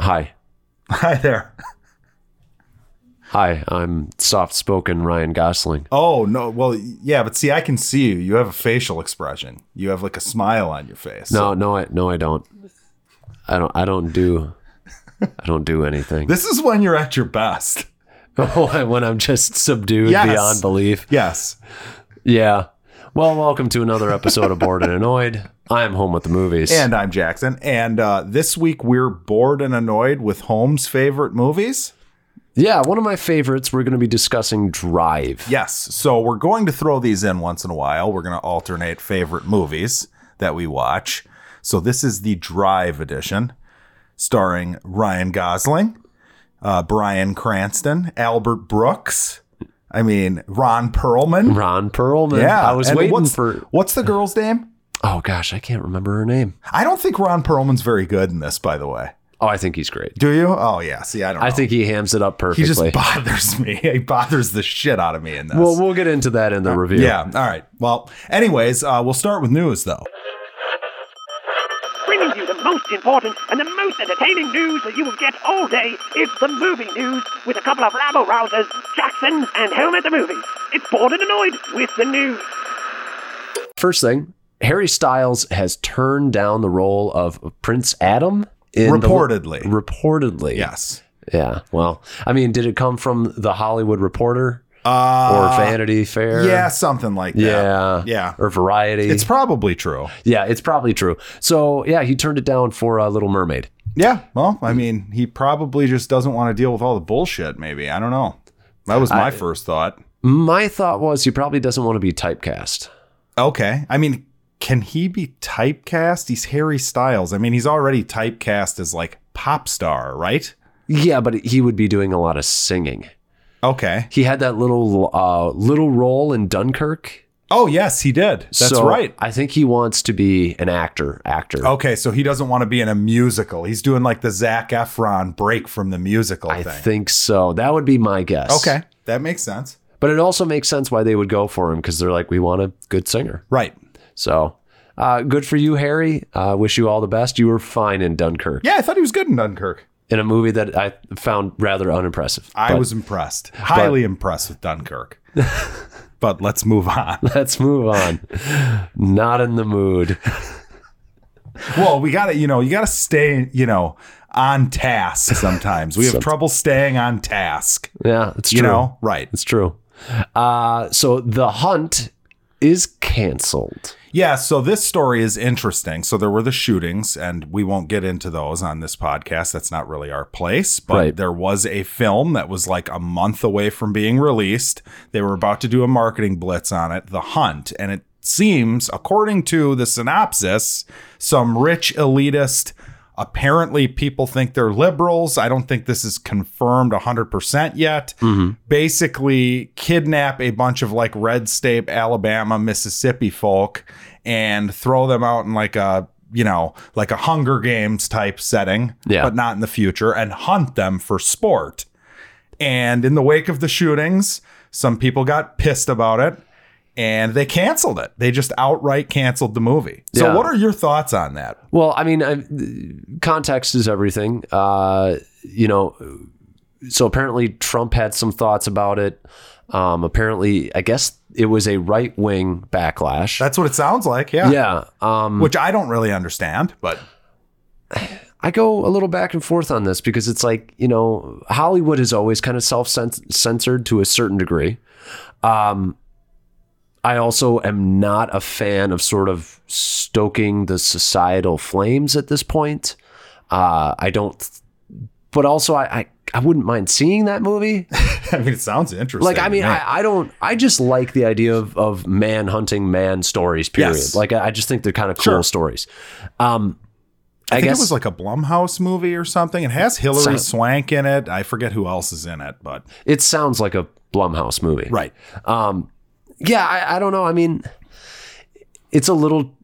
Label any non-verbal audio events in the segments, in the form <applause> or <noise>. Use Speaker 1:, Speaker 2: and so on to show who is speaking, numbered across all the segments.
Speaker 1: Hi.
Speaker 2: Hi there.
Speaker 1: Hi, I'm soft spoken Ryan Gosling.
Speaker 2: Oh no, well yeah, but see, I can see you. You have a facial expression. You have like a smile on your face.
Speaker 1: No, no, I no I don't. I don't I don't do I don't do
Speaker 2: <laughs>
Speaker 1: anything. <laughs>
Speaker 2: This is when you're at your best.
Speaker 1: when I'm just subdued
Speaker 2: Yes.
Speaker 1: beyond belief.
Speaker 2: Yes.
Speaker 1: Yeah. Well, welcome to another episode of Bored and Annoyed. I'm home with the movies.
Speaker 2: And I'm Jackson. And uh, this week we're bored and annoyed with Holmes' favorite movies.
Speaker 1: yeah, one of my favorites, we're going to be discussing Drive.
Speaker 2: Yes. So we're going to throw these in once in a while. We're going to alternate favorite movies that we watch. So this is the Drive edition, starring Ryan Gosling, uh, Brian Cranston, Albert Brooks. I mean, Ron Perlman.
Speaker 1: Ron Perlman.
Speaker 2: Yeah.
Speaker 1: I was
Speaker 2: and
Speaker 1: waiting
Speaker 2: what's,
Speaker 1: for.
Speaker 2: What's the girl's name?
Speaker 1: Oh, gosh, I can't remember her name.
Speaker 2: I don't think Ron Perlman's very good in this, by the way.
Speaker 1: Oh, I think he's great.
Speaker 2: Do you? Oh, yeah. See, I don't know.
Speaker 1: I think he hams it up
Speaker 2: he
Speaker 1: perfectly.
Speaker 2: just bothers me. <laughs> He bothers the shit out of me in this.
Speaker 1: well, we'll get into that in the review.
Speaker 2: Uh, yeah. All right. Well, anyways, uh, we'll start with news, though.
Speaker 3: bringing you the most important and the most entertaining news that you will get all day. It's the movie news with a couple of rabble rousers, Jackson and Home at the Movies. It's bored and annoyed with the news.
Speaker 1: First thing, Harry Styles has turned down the role of Prince Adam. In the-
Speaker 2: Reportedly.
Speaker 1: reportedly.
Speaker 2: Yes.
Speaker 1: Yeah. Well, I mean, did it come from the Hollywood Reporter or
Speaker 2: Uh,
Speaker 1: Vanity Fair?
Speaker 2: Yeah, something like that.
Speaker 1: Yeah.
Speaker 2: Yeah.
Speaker 1: Or Variety.
Speaker 2: It's probably true.
Speaker 1: yeah, it's probably true. So, yeah, he turned it down for uh, Little Mermaid.
Speaker 2: Yeah. Well, I mean, he probably just doesn't want to deal with all the bullshit, maybe. I don't know. That was my first thought.
Speaker 1: My thought was he probably doesn't want to be typecast.
Speaker 2: Okay. I mean, can he be typecast? He's Harry Styles. I mean, he's already typecast as like pop star, right?
Speaker 1: Yeah, but he would be doing a lot of singing.
Speaker 2: Okay.
Speaker 1: He had that little uh, little role in Dunkirk.
Speaker 2: Oh, yes, he did. That's
Speaker 1: So
Speaker 2: right.
Speaker 1: I think he wants to be an actor. Actor.
Speaker 2: Okay, so he doesn't want to be in a musical. He's doing like the Zach Efron break from the musical
Speaker 1: I
Speaker 2: thing.
Speaker 1: think so. That would be my guess.
Speaker 2: okay, that makes sense.
Speaker 1: But it also makes sense why they would go for him because they're like, we want a good singer.
Speaker 2: Right.
Speaker 1: So uh, good for you, Harry. Uh, wish you all the best. You were fine in Dunkirk,
Speaker 2: Yeah, I thought he was good in Dunkirk.
Speaker 1: in a movie that I found rather unimpressive.
Speaker 2: I
Speaker 1: But
Speaker 2: was impressed, highly impressed with Dunkirk. but let's move
Speaker 1: <laughs>
Speaker 2: on.
Speaker 1: <laughs> Let's move on. <laughs> Not in the mood. <laughs>
Speaker 2: Well, we got to, you know, you got to stay, you know, on task sometimes. We have trouble staying on task,
Speaker 1: Yeah, it's true.
Speaker 2: you know? Right.
Speaker 1: It's true. Uh, so the hunt is canceled.
Speaker 2: Yeah, so this story is interesting. So there were the shootings, and we won't get into those on this podcast. That's not really our place. But
Speaker 1: Right.
Speaker 2: there was a film that was like a month away from being released. They were about to do a marketing blitz on it, The Hunt. And it seems, according to the synopsis, some rich elitist. Apparently, people think they're liberals. I don't think this is confirmed 100% yet basically kidnap a bunch of like red state Alabama, Mississippi folk and throw them out in like a you know, like a Hunger Games type setting,
Speaker 1: Yeah.
Speaker 2: but not in the future, and hunt them for sport. And in the wake of the shootings, some people got pissed about it and they canceled it. They just outright canceled the movie. So,
Speaker 1: Yeah.
Speaker 2: what are your thoughts on that?
Speaker 1: Well, I mean, I, context is everything. Uh, you know, so apparently Trump had some thoughts about it. Um, apparently, I guess it was a right wing backlash.
Speaker 2: That's what it sounds like. Yeah.
Speaker 1: yeah. Um,
Speaker 2: Which I don't really understand, but <laughs>
Speaker 1: I go a little back and forth on this because it's like, you know, Hollywood is always kind of self censored to a certain degree. Um, I also am not a fan of sort of stoking the societal flames at this point. Uh, I don't, but also I, I, I wouldn't mind seeing that movie.
Speaker 2: <laughs> I mean, it sounds interesting.
Speaker 1: Like, I
Speaker 2: to
Speaker 1: mean,
Speaker 2: me.
Speaker 1: I, I don't, I just like the idea of, of man hunting man stories, period.
Speaker 2: Yes.
Speaker 1: Like, I I just think they're kind of cool
Speaker 2: Sure.
Speaker 1: stories. Um, I,
Speaker 2: I, think
Speaker 1: guess
Speaker 2: it was like a Blumhouse movie or something. It has Hillary
Speaker 1: Sound-
Speaker 2: Swank in it. I forget who else is in it, but
Speaker 1: it sounds like a Blumhouse movie.
Speaker 2: right.
Speaker 1: Um, yeah, I, I don't know. I mean, it's a little.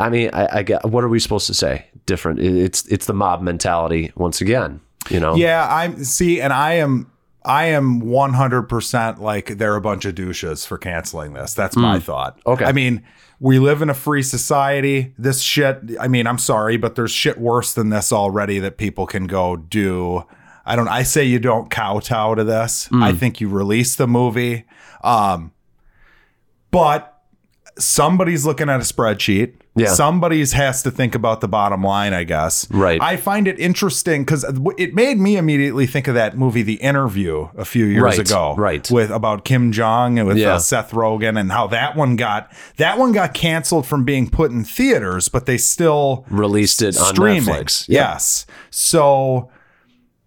Speaker 1: I mean, I, I get. What are we supposed to say? Different. It- It's it's the mob mentality once again. You know.
Speaker 2: Yeah, I'm see, and I am I am 100% like they're a bunch of douches for canceling this. That's my thought.
Speaker 1: Hmm. Okay.
Speaker 2: I mean, we live in a free society. This shit, I mean, I'm sorry, but there's shit worse than this already that people can go do. I don't, I say you don't kowtow to this.
Speaker 1: Hmm.
Speaker 2: I think you release the movie. Um, but somebody's looking at a spreadsheet.
Speaker 1: Yeah.
Speaker 2: Somebody's has to think about the bottom line, I guess.
Speaker 1: Right.
Speaker 2: I find it interesting because it made me immediately think of that movie, The Interview, a few years
Speaker 1: Right,
Speaker 2: ago,
Speaker 1: right.
Speaker 2: With about Kim Jong and with
Speaker 1: Yeah.
Speaker 2: uh, Seth Rogen, and how that one got that one got canceled from being put in theaters, but they still
Speaker 1: Released it on
Speaker 2: streaming.
Speaker 1: Netflix.
Speaker 2: Yes. So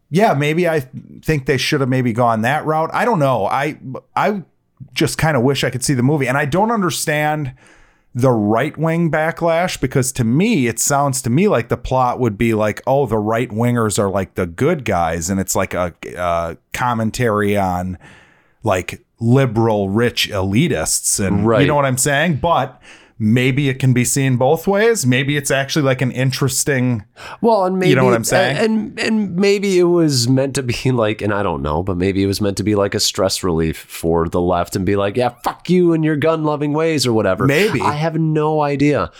Speaker 2: yeah, maybe I think they should have maybe gone that route. I don't know. I I just kind of wish I could see the movie and I don't understand the right wing backlash because to me it sounds to me like the plot would be like oh the right wingers are like the good guys and it's like a, uh commentary on like liberal rich elitists and
Speaker 1: Right.
Speaker 2: you know what I'm saying but maybe it can be seen both ways maybe it's actually like an interesting
Speaker 1: Well, and maybe
Speaker 2: know what I'm saying?
Speaker 1: And and maybe it was meant to be <laughs> like, and I don't know, but maybe it was meant to be like a stress relief for the left and be like, yeah, fuck you and your gun loving ways or whatever.
Speaker 2: Maybe.
Speaker 1: I have no idea.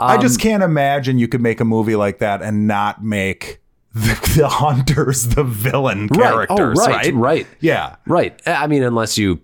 Speaker 2: I just
Speaker 1: Um,
Speaker 2: can't imagine you could make a movie like that and not make the, <laughs> the hunters the villain characters
Speaker 1: right. Oh,
Speaker 2: right,
Speaker 1: right. Right.
Speaker 2: yeah
Speaker 1: Right. I mean, unless you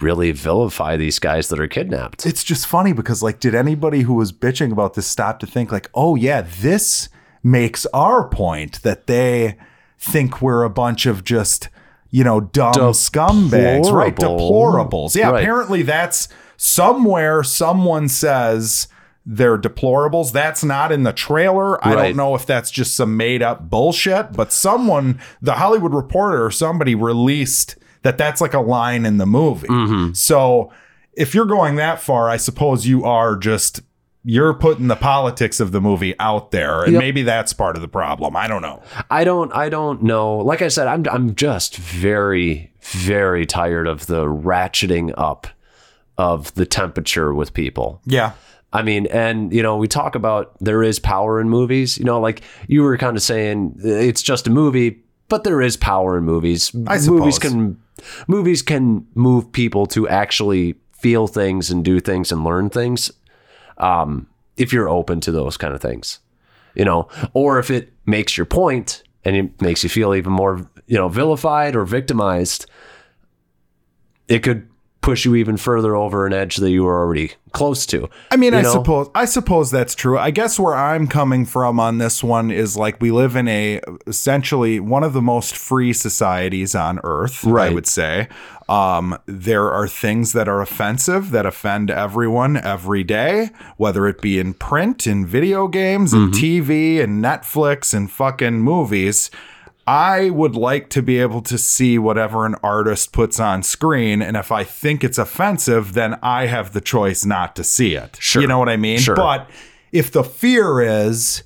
Speaker 1: really vilify these guys that are kidnapped.
Speaker 2: it's just funny because like did anybody who was bitching about this stop to think like oh yeah this makes our point that they think we're a bunch of just you know dumb scumbags right
Speaker 1: Deplorable.
Speaker 2: deplorables yeah
Speaker 1: Right.
Speaker 2: apparently that's somewhere someone says they're deplorables that's not in the trailer i
Speaker 1: Right.
Speaker 2: don't know if that's just some made up bullshit but someone the hollywood reporter or somebody released that that's like a line in the movie
Speaker 1: Mm-hmm.
Speaker 2: so if you're going that far, I suppose you are just you're putting the politics of the movie out there, and
Speaker 1: Yep.
Speaker 2: maybe that's part of the problem. I don't know.
Speaker 1: I don't I don't know. Like I said, I'm I'm just very very tired of the ratcheting up of the temperature with people.
Speaker 2: Yeah,
Speaker 1: I mean, and you know, we talk about there is power in movies. You know, like you were kind of saying, eh, it's just a movie, but there is power in movies.
Speaker 2: I
Speaker 1: Movies
Speaker 2: suppose.
Speaker 1: can movies can move people to actually feel things and do things and learn things, um, if you're open to those kind of things. You know, or if it makes your point and it makes you feel even more, you know, vilified or victimized, it could push you even further over an edge that you were already close to.
Speaker 2: I mean,
Speaker 1: You
Speaker 2: I
Speaker 1: know?
Speaker 2: suppose I suppose that's true. I guess where I'm coming from on this one is like we live in a essentially one of the most free societies on earth.
Speaker 1: Right.
Speaker 2: I would say um, there are things that are offensive that offend everyone every day, whether it be in print, in video games, in
Speaker 1: Mm-hmm.
Speaker 2: TV, and Netflix, and fucking movies. I would like to be able to see whatever an artist puts on screen. And if I think it's offensive, then I have the choice not to see it.
Speaker 1: Sure.
Speaker 2: You know what I mean?
Speaker 1: Sure.
Speaker 2: But if the fear is,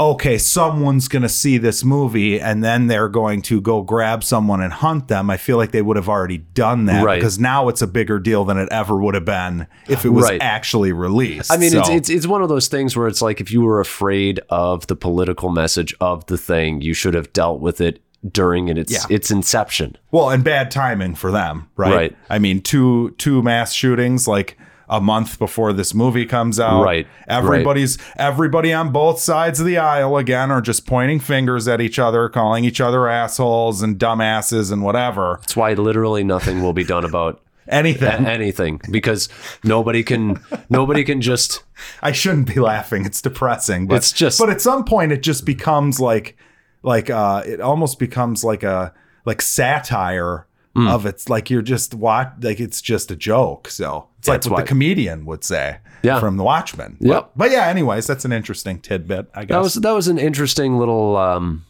Speaker 2: okay, someone's going to see this movie and then they're going to go grab someone and hunt them, I feel like they would have already done that
Speaker 1: Right.
Speaker 2: because now it's a bigger deal than it ever would have been if it was
Speaker 1: Right.
Speaker 2: actually released.
Speaker 1: I mean, it's,
Speaker 2: So-
Speaker 1: it's it's one of those things where it's like if you were afraid of the political message of the thing, you should have dealt with it during it, its
Speaker 2: Yeah.
Speaker 1: its inception.
Speaker 2: Well, and bad timing for them, right?
Speaker 1: Right.
Speaker 2: I mean, two two mass shootings like a month before this movie comes out.
Speaker 1: Right,
Speaker 2: Everybody's everybody on both sides of the aisle again are just pointing fingers at each other, calling each other assholes and dumbasses and whatever.
Speaker 1: That's why literally nothing will be done about
Speaker 2: Anything.
Speaker 1: anything because nobody can nobody can just
Speaker 2: I shouldn't be <laughs> laughing. It's depressing. But
Speaker 1: It's just-
Speaker 2: But at some point, it just becomes like, like uh, it almost becomes like a like satire
Speaker 1: Hmm.
Speaker 2: of it's like you're just what like it's just a joke. So it's
Speaker 1: That's
Speaker 2: like what
Speaker 1: why-
Speaker 2: the comedian would say
Speaker 1: Yeah.
Speaker 2: from The Watchmen.
Speaker 1: Yep.
Speaker 2: But, but yeah. Anyways, that's an interesting tidbit. I guess.
Speaker 1: that was that was an interesting little um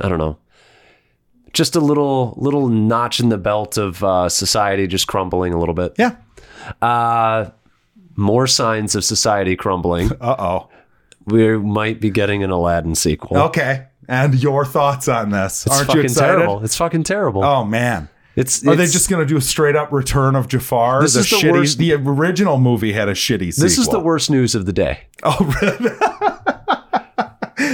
Speaker 1: I don't know. Just a little little notch in the belt of uh, society just crumbling a little bit.
Speaker 2: yeah.
Speaker 1: Uh more signs of society <laughs> crumbling.
Speaker 2: Uh oh.
Speaker 1: we might be getting an Aladdin sequel.
Speaker 2: Okay. And your thoughts on this?
Speaker 1: It's
Speaker 2: Aren't you
Speaker 1: fucking
Speaker 2: excited?
Speaker 1: terrible. It's fucking terrible.
Speaker 2: Oh man.
Speaker 1: it's,
Speaker 2: Are they
Speaker 1: it's-
Speaker 2: just going to do a straight up return of Jafar?
Speaker 1: This
Speaker 2: the
Speaker 1: is the
Speaker 2: shitty,
Speaker 1: worst-
Speaker 2: The original movie had a shitty.
Speaker 1: this is
Speaker 2: sequel.
Speaker 1: the worst news of the day.
Speaker 2: Oh, really? Oh,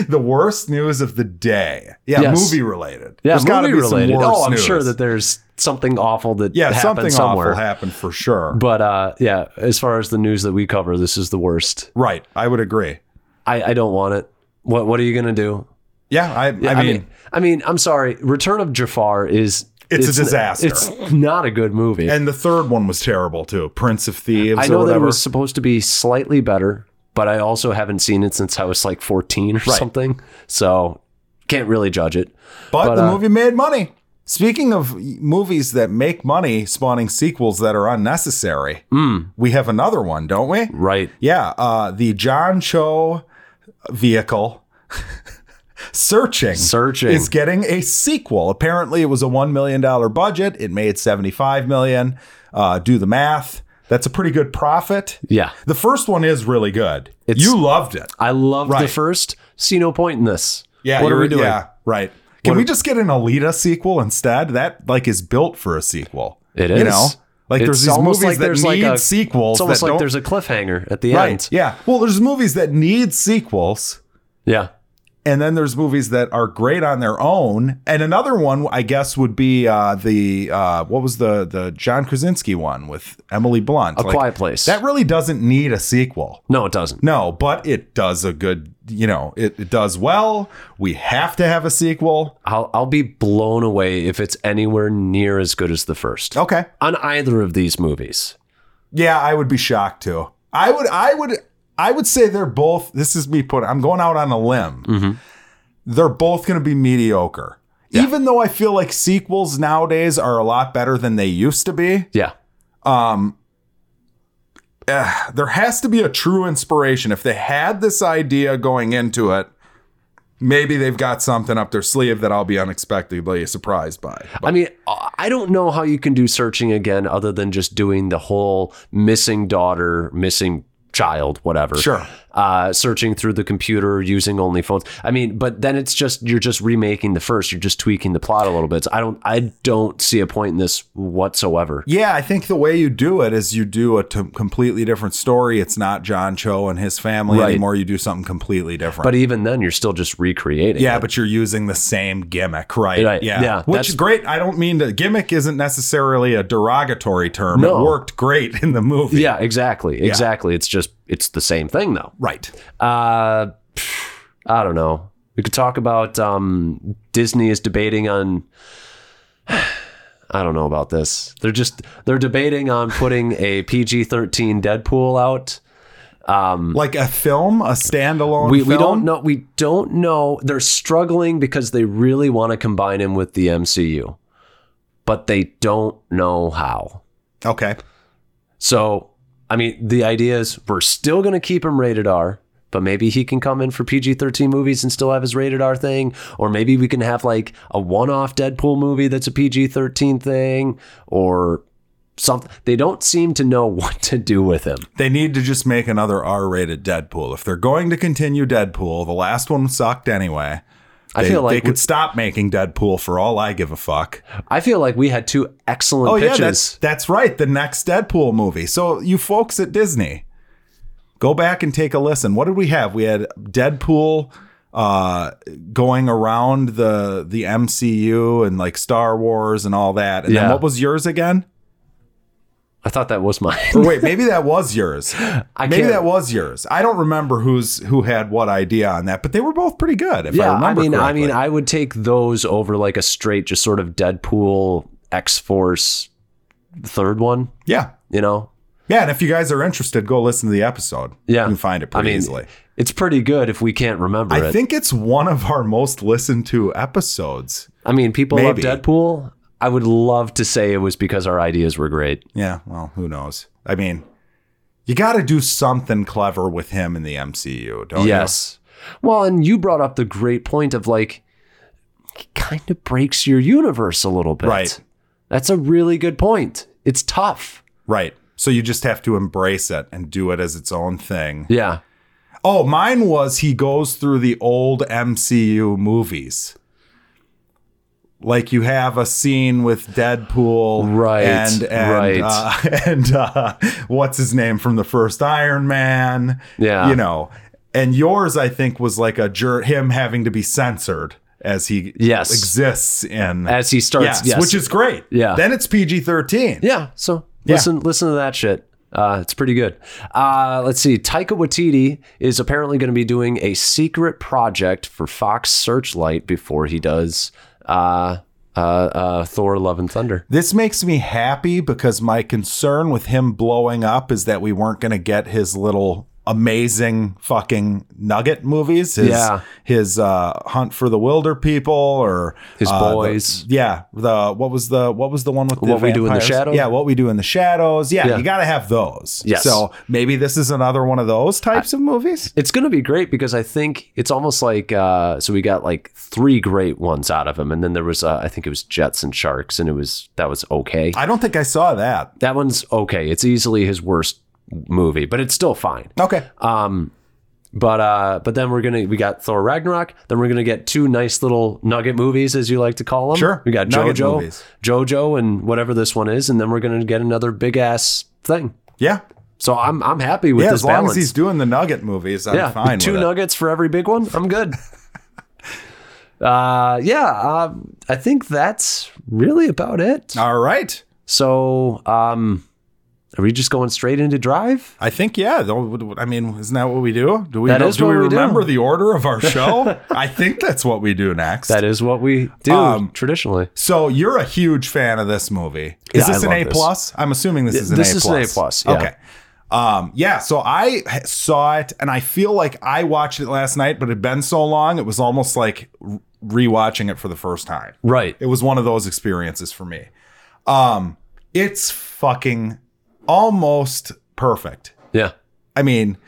Speaker 2: <laughs> the worst news of the day. Yeah,
Speaker 1: Yes.
Speaker 2: movie related.
Speaker 1: Yeah,
Speaker 2: There's gotta
Speaker 1: movie
Speaker 2: be some
Speaker 1: related.
Speaker 2: worse
Speaker 1: Oh, I'm
Speaker 2: news.
Speaker 1: sure that there's something awful that
Speaker 2: yeah,
Speaker 1: happened
Speaker 2: something
Speaker 1: somewhere.
Speaker 2: awful happened for sure.
Speaker 1: But uh, yeah, as far as the news that we cover, this is the worst.
Speaker 2: right, I would agree.
Speaker 1: I, I don't want it. What What are you gonna do?
Speaker 2: Yeah, I, I, mean,
Speaker 1: I mean, I'm sorry. Return of Jafar is
Speaker 2: It's a
Speaker 1: n-
Speaker 2: disaster.
Speaker 1: It's not a good movie.
Speaker 2: and the third one was terrible too. Prince of Thieves.
Speaker 1: I know that it
Speaker 2: or whatever.
Speaker 1: was supposed to be slightly better, but I also haven't seen it since I was like 14 or something. So can't really judge it.
Speaker 2: But,
Speaker 1: But,
Speaker 2: the
Speaker 1: uh,
Speaker 2: movie made money. Speaking of movies that make money, spawning sequels that are unnecessary,
Speaker 1: Hmm.
Speaker 2: we have another one, don't we?
Speaker 1: Right.
Speaker 2: Yeah, uh, the John Cho vehicle. <laughs> Searching,
Speaker 1: Searching.
Speaker 2: is getting a sequel. Apparently, it was a one million dollar budget. It made seventy five million. Uh, do the math. That's a pretty good profit.
Speaker 1: Yeah.
Speaker 2: The first one is really good.
Speaker 1: It's-
Speaker 2: you loved it.
Speaker 1: I loved the
Speaker 2: Right.
Speaker 1: first. See no point in this.
Speaker 2: Yeah.
Speaker 1: What are
Speaker 2: you're-
Speaker 1: we doing?
Speaker 2: Yeah. Right. Can we just get an Alita sequel instead? That like is built for a sequel.
Speaker 1: It
Speaker 2: You
Speaker 1: is.
Speaker 2: know, like
Speaker 1: It's
Speaker 2: there's these
Speaker 1: almost
Speaker 2: movies that need
Speaker 1: a-
Speaker 2: sequels.
Speaker 1: It's almost
Speaker 2: that
Speaker 1: like
Speaker 2: don't,
Speaker 1: there's a cliffhanger at the
Speaker 2: right.
Speaker 1: end.
Speaker 2: Yeah. Well, there's movies that need sequels,
Speaker 1: Yeah.
Speaker 2: and then there's movies that are great on their own. And another one, I guess, would be uh, the uh, what was the the John Krasinski one with Emily Blunt,
Speaker 1: A Quiet Place.
Speaker 2: That really doesn't need a sequel.
Speaker 1: No, it doesn't.
Speaker 2: No, but it does a good, you know, it, it does well. We have to have a sequel.
Speaker 1: I'll I'll be blown away if it's anywhere near as good as the first.
Speaker 2: Okay.
Speaker 1: On either of these movies.
Speaker 2: Yeah, I would be shocked too. I would, I would, I would say they're both, this is me putting, I'm going out on a limb. They're both going to be mediocre. Even though I feel like sequels nowadays are a lot better than they used to be, um,
Speaker 1: Yeah.
Speaker 2: eh, there has to be a true inspiration. If they had this idea going into it, maybe they've got something up their sleeve that I'll be unexpectedly surprised by.
Speaker 1: I mean, I don't know how you can do searching again other than just doing the whole missing daughter, missing child, whatever.
Speaker 2: Sure.
Speaker 1: Uh, searching through the computer using only phones. I mean, but then it's just you're just remaking the first. You're just tweaking the plot a little bit. So I don't I don't see a point in this whatsoever.
Speaker 2: Yeah, I think the way you do it is you do a t- completely different story. It's not John Cho and his family
Speaker 1: Right.
Speaker 2: anymore. You do something completely different.
Speaker 1: But even then, you're still just recreating.
Speaker 2: yeah,
Speaker 1: it.
Speaker 2: but you're using the same gimmick, right?
Speaker 1: Right,
Speaker 2: Yeah.
Speaker 1: yeah,
Speaker 2: Which
Speaker 1: that's-
Speaker 2: is great. I don't mean to. Gimmick isn't necessarily a derogatory term. It
Speaker 1: No.
Speaker 2: worked great in the movie.
Speaker 1: yeah, exactly, exactly. It's just it's the same thing though.
Speaker 2: Right.
Speaker 1: Uh, pff, I don't know. We could talk about um, Disney is debating on. <sighs> I don't know about this. They're just they're debating on putting a PG thirteen Deadpool out.
Speaker 2: Like a film, a standalone
Speaker 1: Mm. We,
Speaker 2: film.
Speaker 1: we don't know. We don't know. They're struggling because they really want to combine him with the MCU, but they don't know how.
Speaker 2: Okay.
Speaker 1: So, I mean, the idea is we're still going to keep him rated R, but maybe he can come in for PG 13 movies and still have his rated R thing. Or maybe we can have like a one off Deadpool movie that's a PG 13 thing or something. They don't seem to know <laughs> what to do with him.
Speaker 2: They need to just make another R rated Deadpool. If they're going to continue Deadpool, the last one sucked anyway.
Speaker 1: I
Speaker 2: They-
Speaker 1: feel
Speaker 2: they
Speaker 1: like
Speaker 2: could stop making Deadpool for all I give a fuck.
Speaker 1: I feel like we had two excellent
Speaker 2: Oh
Speaker 1: pitches.
Speaker 2: yeah, that's that's right. The next Deadpool movie. So you folks at Disney, go back and take a listen. What did we have? We had Deadpool uh going around the the MCU and like Star Wars and all that. And then
Speaker 1: Yeah.
Speaker 2: what was yours again?
Speaker 1: I thought that was mine.
Speaker 2: Or wait, maybe that was yours.
Speaker 1: <laughs> I
Speaker 2: Maybe
Speaker 1: can't-
Speaker 2: that was yours. I don't remember who's who had what idea on that, but they were both pretty good. If I
Speaker 1: Yeah, I,
Speaker 2: remember
Speaker 1: mean, I mean,
Speaker 2: correctly.
Speaker 1: I would take those over like a straight, just sort of Deadpool X Force third one.
Speaker 2: yeah,
Speaker 1: You know,
Speaker 2: yeah. And if you guys are interested, go listen to the episode.
Speaker 1: Yeah.
Speaker 2: you can find
Speaker 1: I
Speaker 2: it pretty
Speaker 1: mean,
Speaker 2: easily.
Speaker 1: It's pretty good if we can't remember
Speaker 2: I
Speaker 1: it.
Speaker 2: think it's one of our most listened to episodes.
Speaker 1: I mean, people
Speaker 2: Maybe.
Speaker 1: love Deadpool. I would love to say it was because our ideas were great.
Speaker 2: Yeah, well, who knows? I mean, you got to do something clever with him in the MCU, don't
Speaker 1: yes. Well, and you brought up the great point of like, it kind of breaks your universe a little bit.
Speaker 2: Right.
Speaker 1: That's a really good point. It's tough.
Speaker 2: you? Right. So you just have to embrace it and do it as its own thing.
Speaker 1: Yeah.
Speaker 2: Oh, mine was he goes through the old MCU movies. Like you have a scene with Deadpool,
Speaker 1: Right,
Speaker 2: And and
Speaker 1: right.
Speaker 2: <laughs> uh, and uh, what's his name from the first Iron Man?
Speaker 1: Yeah.
Speaker 2: you know, And yours, I think, was like a jur- him having to be censored as he
Speaker 1: Yes.
Speaker 2: exists in
Speaker 1: As he starts, yes,
Speaker 2: which is great.
Speaker 1: Yeah.
Speaker 2: Then it's PG thirteen.
Speaker 1: Yeah. So
Speaker 2: Yeah.
Speaker 1: listen, listen to that shit. Uh, it's pretty good. Uh, let's see. Taika Waititi is apparently going to be doing a secret project for Fox Searchlight before he does uh, uh, uh, Thor: Love and Thunder.
Speaker 2: This makes me happy because my concern with him blowing up is that we weren't going to get his little amazing fucking nugget movies. His,
Speaker 1: Yeah.
Speaker 2: His uh, Hunt for the Wilder People or
Speaker 1: His
Speaker 2: uh, the-
Speaker 1: Boys.
Speaker 2: yeah. The what was the what was the one with the
Speaker 1: What We Do in the
Speaker 2: vampires?
Speaker 1: Shadow?
Speaker 2: Yeah. What we do in the shadows. Yeah.
Speaker 1: Yeah.
Speaker 2: You got to have those.
Speaker 1: Yes.
Speaker 2: So maybe this is another one of those types of movies.
Speaker 1: It's going to be great because I think it's almost like uh, so we got like three great ones out of him, and then there was uh, I think it was Jets and Sharks, and it was that was okay.
Speaker 2: I don't think I saw that.
Speaker 1: that one's okay. It's easily his worst movie, but it's still fine.
Speaker 2: Okay.
Speaker 1: Uh, But uh, but then we're gonna we got Thor Ragnarok. Then we're gonna get two nice little nugget movies, as you like to call them.
Speaker 2: Sure.
Speaker 1: we got
Speaker 2: Nugget
Speaker 1: JoJo,
Speaker 2: movies.
Speaker 1: JoJo, and whatever this one is, and then we're gonna get another big ass thing.
Speaker 2: yeah.
Speaker 1: So I'm I'm happy with
Speaker 2: Yeah.
Speaker 1: this
Speaker 2: As long
Speaker 1: balance.
Speaker 2: as he's doing the nugget movies, I'm
Speaker 1: yeah,
Speaker 2: fine
Speaker 1: two
Speaker 2: with it.
Speaker 1: nuggets for every big one. I'm
Speaker 2: <laughs>
Speaker 1: good. uh, yeah, uh, I think that's really about it.
Speaker 2: All right.
Speaker 1: So um, are we just going straight into Drive?
Speaker 2: I think yeah. though, I mean, isn't that what we do? Do we
Speaker 1: That
Speaker 2: know-
Speaker 1: is
Speaker 2: do
Speaker 1: what
Speaker 2: we
Speaker 1: we do.
Speaker 2: remember the order
Speaker 1: <laughs>
Speaker 2: of our show? I think that's what we do next.
Speaker 1: That is what we do
Speaker 2: Um,
Speaker 1: traditionally.
Speaker 2: so you're a huge fan of this movie. Is
Speaker 1: Yeah, I
Speaker 2: this an
Speaker 1: love
Speaker 2: A
Speaker 1: this.
Speaker 2: plus? I'm assuming this is an
Speaker 1: this
Speaker 2: A
Speaker 1: is an
Speaker 2: plus.
Speaker 1: A plus, yeah.
Speaker 2: Okay. Um, yeah. So I h- saw it, and I feel like I watched it last night, but it had been so long, it was almost like r- rewatching it for the first time.
Speaker 1: Right.
Speaker 2: It was one of those experiences for me. Um, it's fucking almost perfect.
Speaker 1: Yeah.
Speaker 2: I mean,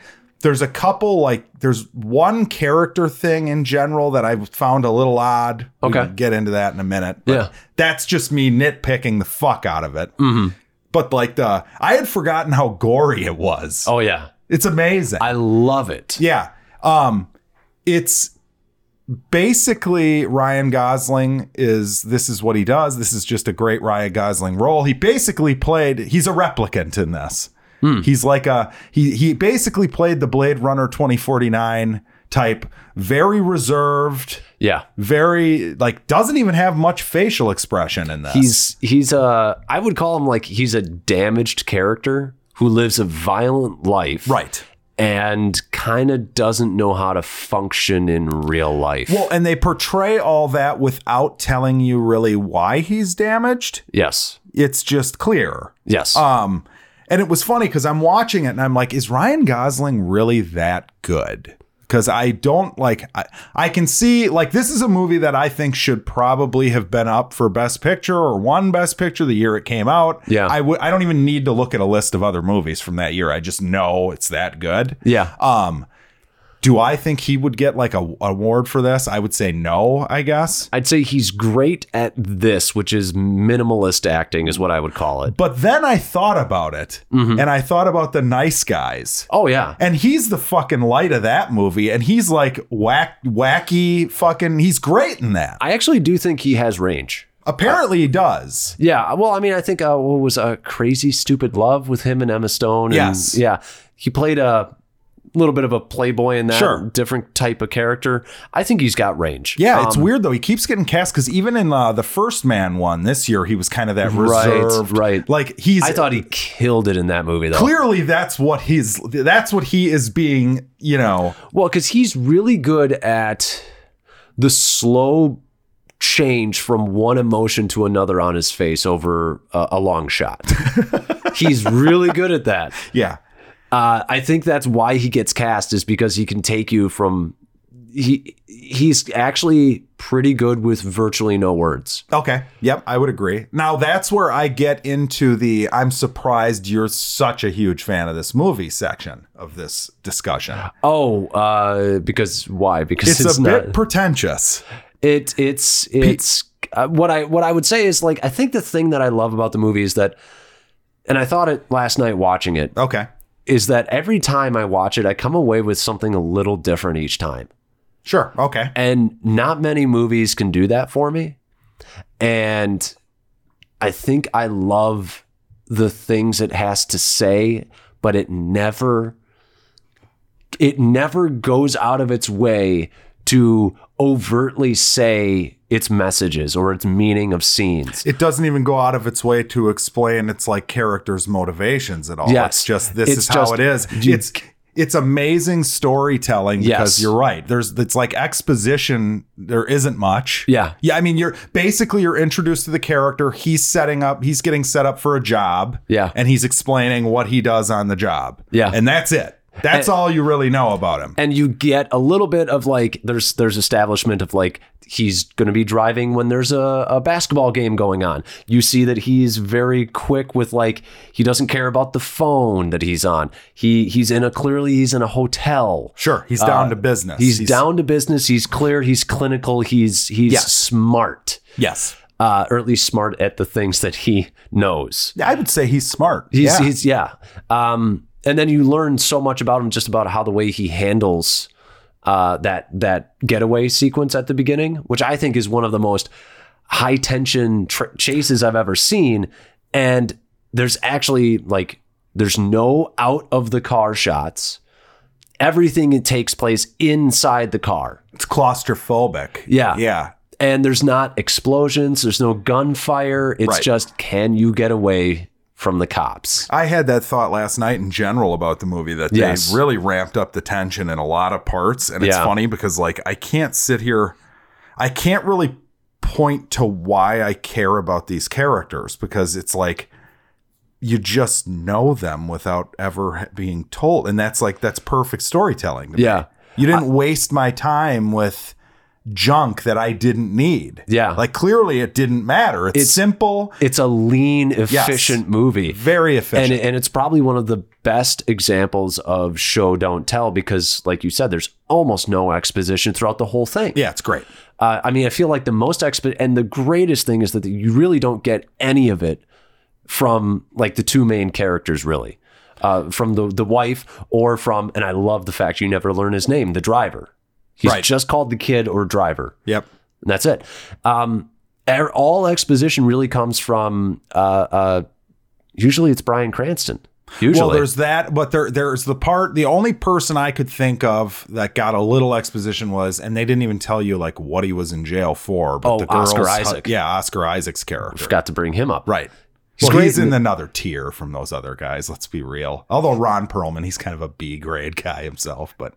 Speaker 2: there's a couple like there's one character thing in general that I found a little odd. We
Speaker 1: Okay.
Speaker 2: can get into that in a minute. but
Speaker 1: Yeah.
Speaker 2: that's just me nitpicking the fuck out of it.
Speaker 1: Mm-hmm.
Speaker 2: But like the I had forgotten how gory it was.
Speaker 1: Oh yeah.
Speaker 2: It's amazing.
Speaker 1: I love it.
Speaker 2: Yeah. Um it's basically Ryan Gosling is this is what he does. This is just a great Ryan Gosling role. He basically played he's a replicant in this. He's like a he he basically played the Blade Runner 2049 type very reserved,
Speaker 1: Yeah.
Speaker 2: very like doesn't even have much facial expression in this.
Speaker 1: He's he's a I would call him like he's a damaged character who lives a violent life.
Speaker 2: right.
Speaker 1: And kind of doesn't know how to function in real life.
Speaker 2: Well, and they portray all that without telling you really why he's damaged.
Speaker 1: yes.
Speaker 2: It's just clear.
Speaker 1: Yes.
Speaker 2: Um, and it was funny because I'm watching it and I'm like, is Ryan Gosling really that good? Because I don't like, I, I can see, like, this is a movie that I think should probably have been up for Best Picture or won Best Picture the year it came out.
Speaker 1: Yeah.
Speaker 2: I would. I don't even need to look at a list of other movies from that year. I just know it's that good.
Speaker 1: yeah.
Speaker 2: Um, do I think he would get like a an award for this? I would say no, I guess.
Speaker 1: I'd say he's great at this, which is minimalist acting is what I would call it.
Speaker 2: But then I thought about it and I thought about the nice guys.
Speaker 1: Oh yeah.
Speaker 2: And he's the fucking light of that movie, and he's like whack, wacky, fucking. He's great in that.
Speaker 1: I actually do think he has range.
Speaker 2: Apparently, he does.
Speaker 1: Yeah, well, I mean, I think uh, what was uh, crazy, stupid love with him and Emma Stone. And,
Speaker 2: Yes.
Speaker 1: yeah, he played a little bit of a playboy in that
Speaker 2: Sure.
Speaker 1: different type of character. I think he's got range.
Speaker 2: Yeah, it's
Speaker 1: Um,
Speaker 2: weird though. He keeps getting cast because even in uh, the First Man one this year, he was kind of that
Speaker 1: Right,
Speaker 2: reserved.
Speaker 1: right.
Speaker 2: Like he's.
Speaker 1: I thought he killed it in that movie though.
Speaker 2: clearly that's what he's. That's what he is being. You know.
Speaker 1: Well, because he's really good at the slow change from one emotion to another on his face over a, a long
Speaker 2: <laughs>
Speaker 1: shot. he's really good at that.
Speaker 2: Yeah.
Speaker 1: Uh, I think that's why he gets cast is because he can take you from he he's actually pretty good with virtually no words.
Speaker 2: Okay. Yep, I would agree. Now that's where I get into the I'm surprised you're such a huge fan of this movie section of this discussion.
Speaker 1: Oh, uh, because why? Because
Speaker 2: It's,
Speaker 1: it's,
Speaker 2: a
Speaker 1: not
Speaker 2: bit pretentious.
Speaker 1: it it's it's uh, what I what I would say is like I think the thing that I love about the movie is that and I thought it last night watching it
Speaker 2: Okay.
Speaker 1: is that every time I watch it I come away with something a little different each time.
Speaker 2: Sure. Okay.
Speaker 1: And not many movies can do that for me. And I think I love the things it has to say, but it never it never goes out of its way to overtly say its messages or its meaning of scenes.
Speaker 2: It doesn't even go out of its way to explain its like characters' motivations at all.
Speaker 1: Yes.
Speaker 2: It's just this
Speaker 1: It's
Speaker 2: is
Speaker 1: just-
Speaker 2: how it is.
Speaker 1: you-
Speaker 2: it's it's amazing storytelling because
Speaker 1: Yes.
Speaker 2: you're right. There's it's like exposition. There isn't much.
Speaker 1: Yeah.
Speaker 2: Yeah. I mean, you're basically you're introduced to the character. He's setting up. He's getting set up for a job.
Speaker 1: Yeah.
Speaker 2: And he's explaining what he does on the job.
Speaker 1: Yeah.
Speaker 2: And that's it. That's all you really know about him.
Speaker 1: And you get a little bit of like there's there's establishment of like he's going to be driving when there's a, a basketball game going on. You see that he's very quick with like he doesn't care about the phone that he's on. He he's in a clearly he's in a hotel.
Speaker 2: Sure. He's down to business.
Speaker 1: Uh, He's, down to business. He's clear. He's clinical. He's he's
Speaker 2: Yes.
Speaker 1: smart,
Speaker 2: Yes.
Speaker 1: uh, or at least smart at the things that he knows.
Speaker 2: I would say he's smart.
Speaker 1: He's yeah.
Speaker 2: yeah.
Speaker 1: he's yeah. Um, and then you learn so much about him, just about how the way he handles uh, that that getaway sequence at the beginning, which I think is one of the most high tension tr- chases I've ever seen. And there's actually like there's no out of the car shots. Everything it takes place inside the car.
Speaker 2: it's claustrophobic.
Speaker 1: Yeah.
Speaker 2: Yeah.
Speaker 1: and there's not explosions, there's no gunfire. It's
Speaker 2: Right.
Speaker 1: just can you get away from the cops?
Speaker 2: I had that thought last night in general about the movie that they
Speaker 1: Yes.
Speaker 2: really ramped up the tension in a lot of parts. And it's
Speaker 1: Yeah.
Speaker 2: funny because, like, I can't sit here, I can't really point to why I care about these characters because it's like you just know them without ever being told. And that's like, that's perfect storytelling. to me.
Speaker 1: Yeah.
Speaker 2: You didn't waste my time with junk that I didn't need.
Speaker 1: Yeah.
Speaker 2: Like, clearly it didn't matter. It's,
Speaker 1: It's-
Speaker 2: simple,
Speaker 1: It's a lean, efficient movie.
Speaker 2: very efficient.
Speaker 1: And, and it's probably one of the best examples of show don't tell because, like you said, there's almost no exposition throughout the whole thing.
Speaker 2: yeah, it's great.
Speaker 1: Uh, I mean, I feel like the most expo- and the greatest thing is that you really don't get any of it from like the two main characters, really, uh, from the the wife or from. And I love the fact you never learn his name, the driver. He's
Speaker 2: Right.
Speaker 1: just called the kid or driver.
Speaker 2: Yep.
Speaker 1: And that's it. Um, er- all exposition really comes from uh, uh, usually it's Brian Cranston. Usually,
Speaker 2: Well, there's that, but there there's the part. The only person I could think of that got a little exposition was, and they didn't even tell you like what he was in jail for. But
Speaker 1: Oh,
Speaker 2: the girl's
Speaker 1: Oscar
Speaker 2: hu-
Speaker 1: Isaac.
Speaker 2: yeah, Oscar Isaac's character,
Speaker 1: got to bring him up.
Speaker 2: right?
Speaker 1: He's
Speaker 2: Well,
Speaker 1: great
Speaker 2: he's
Speaker 1: in
Speaker 2: in another tier from those other guys. Let's be real. Although Ron Perlman, he's kind of a B grade guy himself, but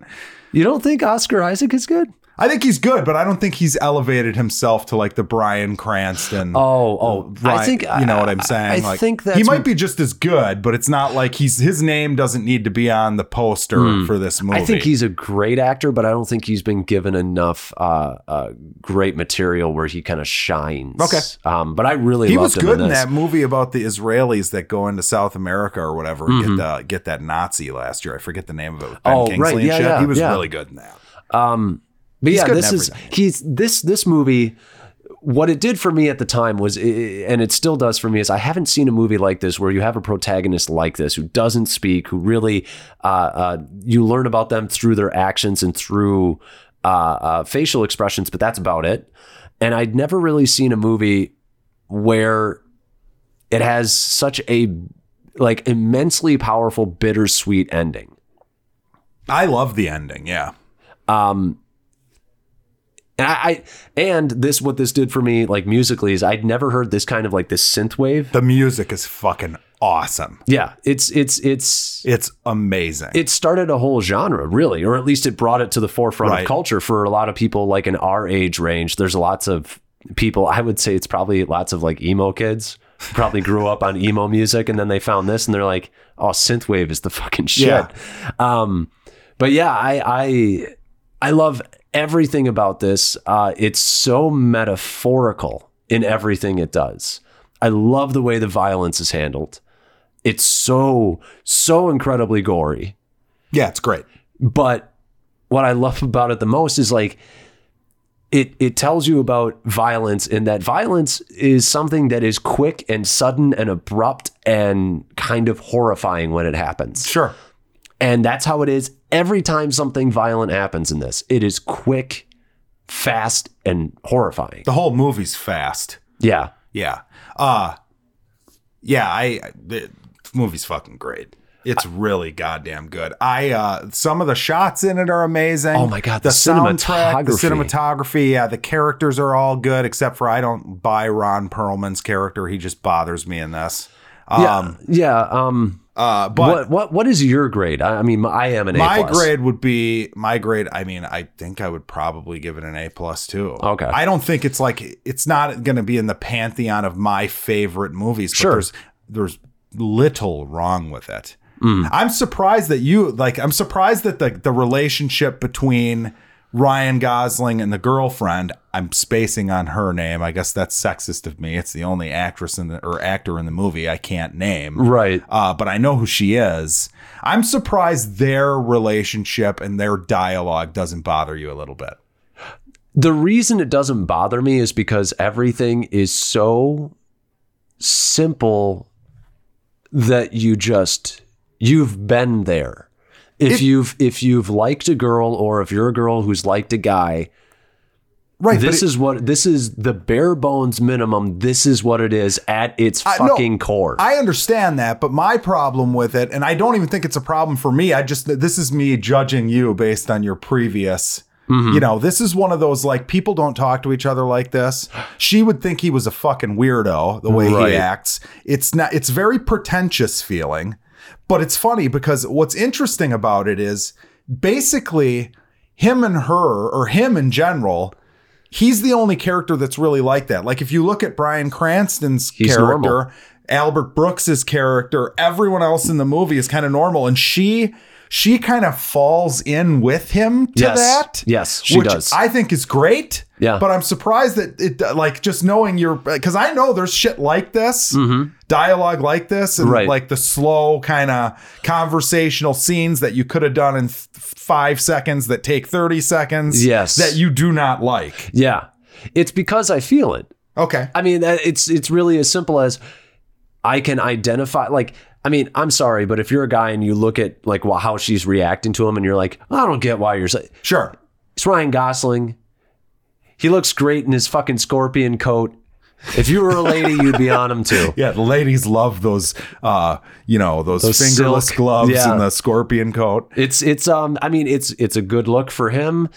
Speaker 1: You don't think Oscar Isaac is good?
Speaker 2: I think he's good. But I don't think he's elevated himself to like the Brian Cranston.
Speaker 1: Oh, oh,
Speaker 2: Right,
Speaker 1: I think
Speaker 2: you know what I'm saying.
Speaker 1: I, I
Speaker 2: like,
Speaker 1: think that
Speaker 2: he might be just as good, but it's not like he's his name doesn't need to be on the poster for this movie.
Speaker 1: I think he's a great actor, but I don't think he's been given enough uh, uh, great material where he kind of shines.
Speaker 2: Okay.
Speaker 1: um, but I really
Speaker 2: he was
Speaker 1: loved him
Speaker 2: good in,
Speaker 1: in this.
Speaker 2: that movie about the Israelis that go into South America or whatever and get the, get that Nazi last year. I forget the name of it. With ben
Speaker 1: Oh,
Speaker 2: Kingsley
Speaker 1: right.
Speaker 2: and
Speaker 1: Yeah,
Speaker 2: shit.
Speaker 1: yeah,
Speaker 2: he was
Speaker 1: yeah.
Speaker 2: really good in that.
Speaker 1: Um, But yeah,
Speaker 2: good in
Speaker 1: this is he's this this movie. What it did for me at the time was, and it still does for me, is I haven't seen a movie like this where you have a protagonist like this who doesn't speak, who really uh, uh, you learn about them through their actions and through uh, uh, facial expressions, but that's about it. And I'd never really seen a movie where it has such a like immensely powerful bittersweet ending.
Speaker 2: I love the ending. Yeah.
Speaker 1: Um, and I, I and this what this did for me like musically is I'd never heard this kind of like this synth wave.
Speaker 2: The music is fucking awesome.
Speaker 1: Yeah, it's it's it's
Speaker 2: It's amazing.
Speaker 1: it started a whole genre really, or at least it brought it to the forefront
Speaker 2: Right.
Speaker 1: of culture for a lot of people like in our age range. There's lots of people. I would say it's probably lots of like emo kids. who Probably grew up on emo music and then they found this and they're like, "Oh, synthwave is the fucking shit."
Speaker 2: Yeah.
Speaker 1: Um, but yeah, I I I love everything about this. Uh, it's so metaphorical in everything it does. I love the way the violence is handled. It's so so incredibly gory.
Speaker 2: yeah, it's great.
Speaker 1: But what I love about it the most is like it it tells you about violence and that violence is something that is quick and sudden and abrupt and kind of horrifying when it happens.
Speaker 2: Sure.
Speaker 1: And that's how it is every time something violent happens in this. It is quick, fast, and horrifying.
Speaker 2: The whole movie's fast.
Speaker 1: Yeah.
Speaker 2: Yeah. Uh yeah, I, I the movie's fucking great. It's really goddamn good. I uh some of the shots in it are amazing.
Speaker 1: Oh my God, the
Speaker 2: the
Speaker 1: cinematography.
Speaker 2: cinematography, yeah, the characters are all good except for I don't buy Ron Perlman's character. He just bothers me in this. Um
Speaker 1: yeah. Um,
Speaker 2: uh
Speaker 1: what
Speaker 2: but
Speaker 1: what what is your grade? I, I mean, I am an A.
Speaker 2: my
Speaker 1: plus.
Speaker 2: grade would be my grade i mean i think i would probably give it an a plus too
Speaker 1: Okay.
Speaker 2: i don't think it's like it's not going to be in the pantheon of my favorite movies
Speaker 1: Sure.
Speaker 2: but there's there's little wrong with it
Speaker 1: Mm.
Speaker 2: i'm surprised that you like i'm surprised that the the relationship between ryan gosling and the girlfriend i'm spacing on her name i guess that's sexist of me it's the only actress in the or actor in the movie i can't name
Speaker 1: Right.
Speaker 2: uh, but I know who she is. I'm surprised their relationship and their dialogue doesn't bother you a little bit.
Speaker 1: The reason it doesn't bother me is because everything is so simple that you just you've been there. If
Speaker 2: It-
Speaker 1: you've if you've liked a girl or if you're a girl who's liked a guy,
Speaker 2: Right.
Speaker 1: this is what this is the bare bones minimum. This is what it is at its
Speaker 2: I- no,
Speaker 1: fucking core.
Speaker 2: I understand that, but my problem with it, and I don't even think it's a problem for me. I just this is me judging you based on your previous.
Speaker 1: Mm-hmm.
Speaker 2: You know, this is one of those like people don't talk to each other like this. She would think he was a fucking weirdo the way
Speaker 1: Right.
Speaker 2: he acts. It's not. It's very pretentious feeling, but it's funny because what's interesting about it is basically him and her, or him in general. He's the only character that's really like that. Like if you look at Brian Cranston's
Speaker 1: He's
Speaker 2: character,
Speaker 1: normal.
Speaker 2: Albert Brooks's character, everyone else in the movie is kind of normal, and she she kind of falls in with him to
Speaker 1: Yes.
Speaker 2: that.
Speaker 1: Yes, she
Speaker 2: which
Speaker 1: does.
Speaker 2: I think is great.
Speaker 1: Yeah.
Speaker 2: but I'm surprised that it like just knowing your because I know there's shit like this,
Speaker 1: Mm. Mm-hmm.
Speaker 2: dialogue like this, and
Speaker 1: Right.
Speaker 2: like the slow kind of conversational scenes that you could have done in th- five seconds that take thirty seconds.
Speaker 1: Yes.
Speaker 2: that you do not like.
Speaker 1: yeah. It's because I feel it.
Speaker 2: Okay,
Speaker 1: I mean, that- it's it's really as simple as I can identify. Like, I mean, I'm sorry, but if you're a guy and you look at like wh- how she's reacting to him, and you're like, I don't get why you're. So-.
Speaker 2: sure.
Speaker 1: It's Ryan Gosling. He looks great in his fucking scorpion coat. If you were a lady, you'd be on him too.
Speaker 2: <laughs> Yeah, the ladies love those, uh, you know, those,
Speaker 1: Those
Speaker 2: fingerless
Speaker 1: silk-
Speaker 2: gloves
Speaker 1: yeah.
Speaker 2: and the scorpion coat.
Speaker 1: It's it's um. I mean, it's it's a good look for him,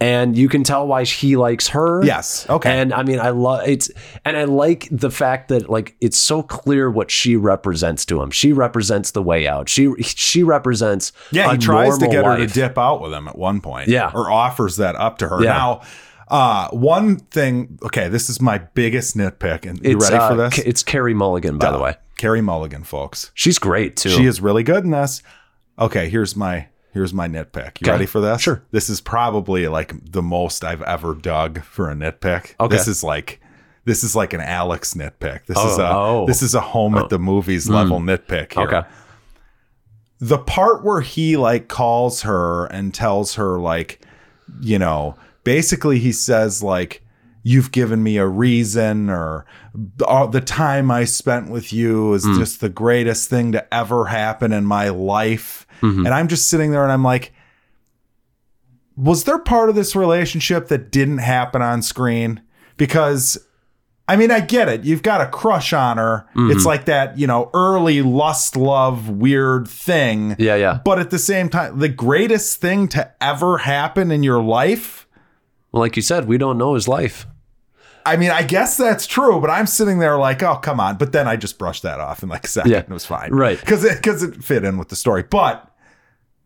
Speaker 1: and you can tell why he likes her.
Speaker 2: Yes. Okay.
Speaker 1: And I mean, I love it's, and I like the fact that like it's so clear what she represents to him. She represents the way out. She she represents
Speaker 2: yeah, he
Speaker 1: a
Speaker 2: tries to
Speaker 1: normal
Speaker 2: get her to
Speaker 1: life.
Speaker 2: dip out with him at one point.
Speaker 1: Yeah.
Speaker 2: Or offers that up to her.
Speaker 1: Yeah.
Speaker 2: Now, uh, one thing, okay, this is my biggest nitpick. And you
Speaker 1: It's,
Speaker 2: ready
Speaker 1: uh,
Speaker 2: for this? Uh,
Speaker 1: Ca- It's Carrie Mulligan, by the way.
Speaker 2: Carrie Mulligan, folks.
Speaker 1: She's great too.
Speaker 2: She is really good in this. Okay, here's my here's my nitpick. You
Speaker 1: Okay.
Speaker 2: ready for this?
Speaker 1: Sure.
Speaker 2: This is probably like the most I've ever dug for a nitpick.
Speaker 1: Okay.
Speaker 2: This is like this is like an Alex nitpick. This is
Speaker 1: Oh,
Speaker 2: a
Speaker 1: oh. Hmm.
Speaker 2: this is a home at the movies level nitpick. Here.
Speaker 1: Okay.
Speaker 2: The part where he like calls her and tells her like, you know, basically he says like you've given me a reason or all the time I spent with you is just the greatest thing to ever happen in my life. And I'm just sitting there and I'm like, was there part of this relationship that didn't happen on screen? Because I mean, I get it. You've got a crush on her. It's like that, you know, early lust love weird thing.
Speaker 1: Yeah, yeah.
Speaker 2: But at the same time, the greatest thing to ever happen in your life
Speaker 1: Well, like you said, we don't know his life.
Speaker 2: I mean, I guess that's true, but I'm sitting there like, oh, come on. But then I just brushed that off in like a second.
Speaker 1: Yeah.
Speaker 2: And it was fine.
Speaker 1: Right.
Speaker 2: Because it, 'cause it fit in with the story. But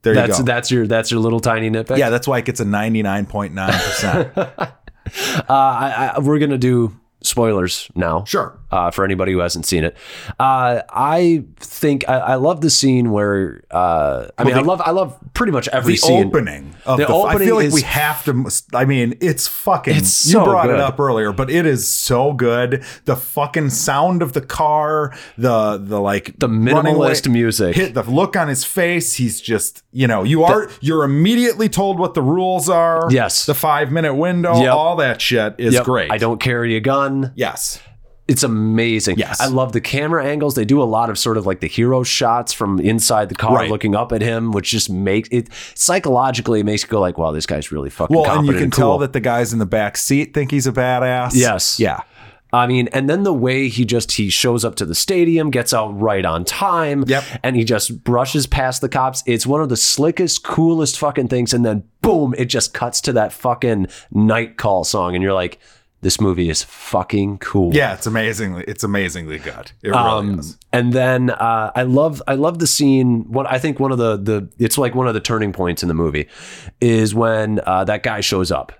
Speaker 2: there
Speaker 1: That's
Speaker 2: you go.
Speaker 1: that's your that's your little tiny nitpick.
Speaker 2: yeah, that's why it gets
Speaker 1: <laughs>
Speaker 2: a 99.9%.
Speaker 1: Uh, I, I, we're gonna do spoilers now.
Speaker 2: sure.
Speaker 1: uh, for anybody who hasn't seen it. Uh, I think I, I love the scene where uh, I mean I love I love pretty much every
Speaker 2: The
Speaker 1: scene.
Speaker 2: opening of
Speaker 1: The
Speaker 2: the, f- I
Speaker 1: opening
Speaker 2: feel like
Speaker 1: is-
Speaker 2: we have to. I mean, it's fucking.
Speaker 1: It's
Speaker 2: you
Speaker 1: so
Speaker 2: brought
Speaker 1: good.
Speaker 2: it up earlier, but it is so good. The fucking sound of the car, the the like
Speaker 1: The
Speaker 2: running away-
Speaker 1: minimalist music.
Speaker 2: hit the look on his face. He's just, you know, you are you're immediately told what the rules are.
Speaker 1: Yes.
Speaker 2: the five minute window,
Speaker 1: Yep.
Speaker 2: all that shit is
Speaker 1: Yep.
Speaker 2: great.
Speaker 1: I don't carry a gun.
Speaker 2: Yes,
Speaker 1: It's amazing.
Speaker 2: Yes.
Speaker 1: I love the camera angles. They do a lot of sort of like the hero shots from inside the car
Speaker 2: Right.
Speaker 1: looking up at him, which just makes it psychologically it makes you go like, wow, this guy's really fucking
Speaker 2: well, and
Speaker 1: competent
Speaker 2: you can
Speaker 1: cool.
Speaker 2: tell that the guys in the back seat think he's a badass.
Speaker 1: Yes.
Speaker 2: yeah,
Speaker 1: I mean, and then the way he just he shows up to the stadium, gets out right on time,
Speaker 2: Yep.
Speaker 1: and he just brushes past the cops. It's one of the slickest, coolest fucking things. And then boom, it just cuts to that fucking night call song, and you're like, this movie is fucking cool.
Speaker 2: Yeah, it's amazingly it's amazingly good. It really
Speaker 1: Um,
Speaker 2: is.
Speaker 1: and then uh, I love I love the scene. What I think one of the the it's like one of the turning points in the movie is when uh, that guy shows up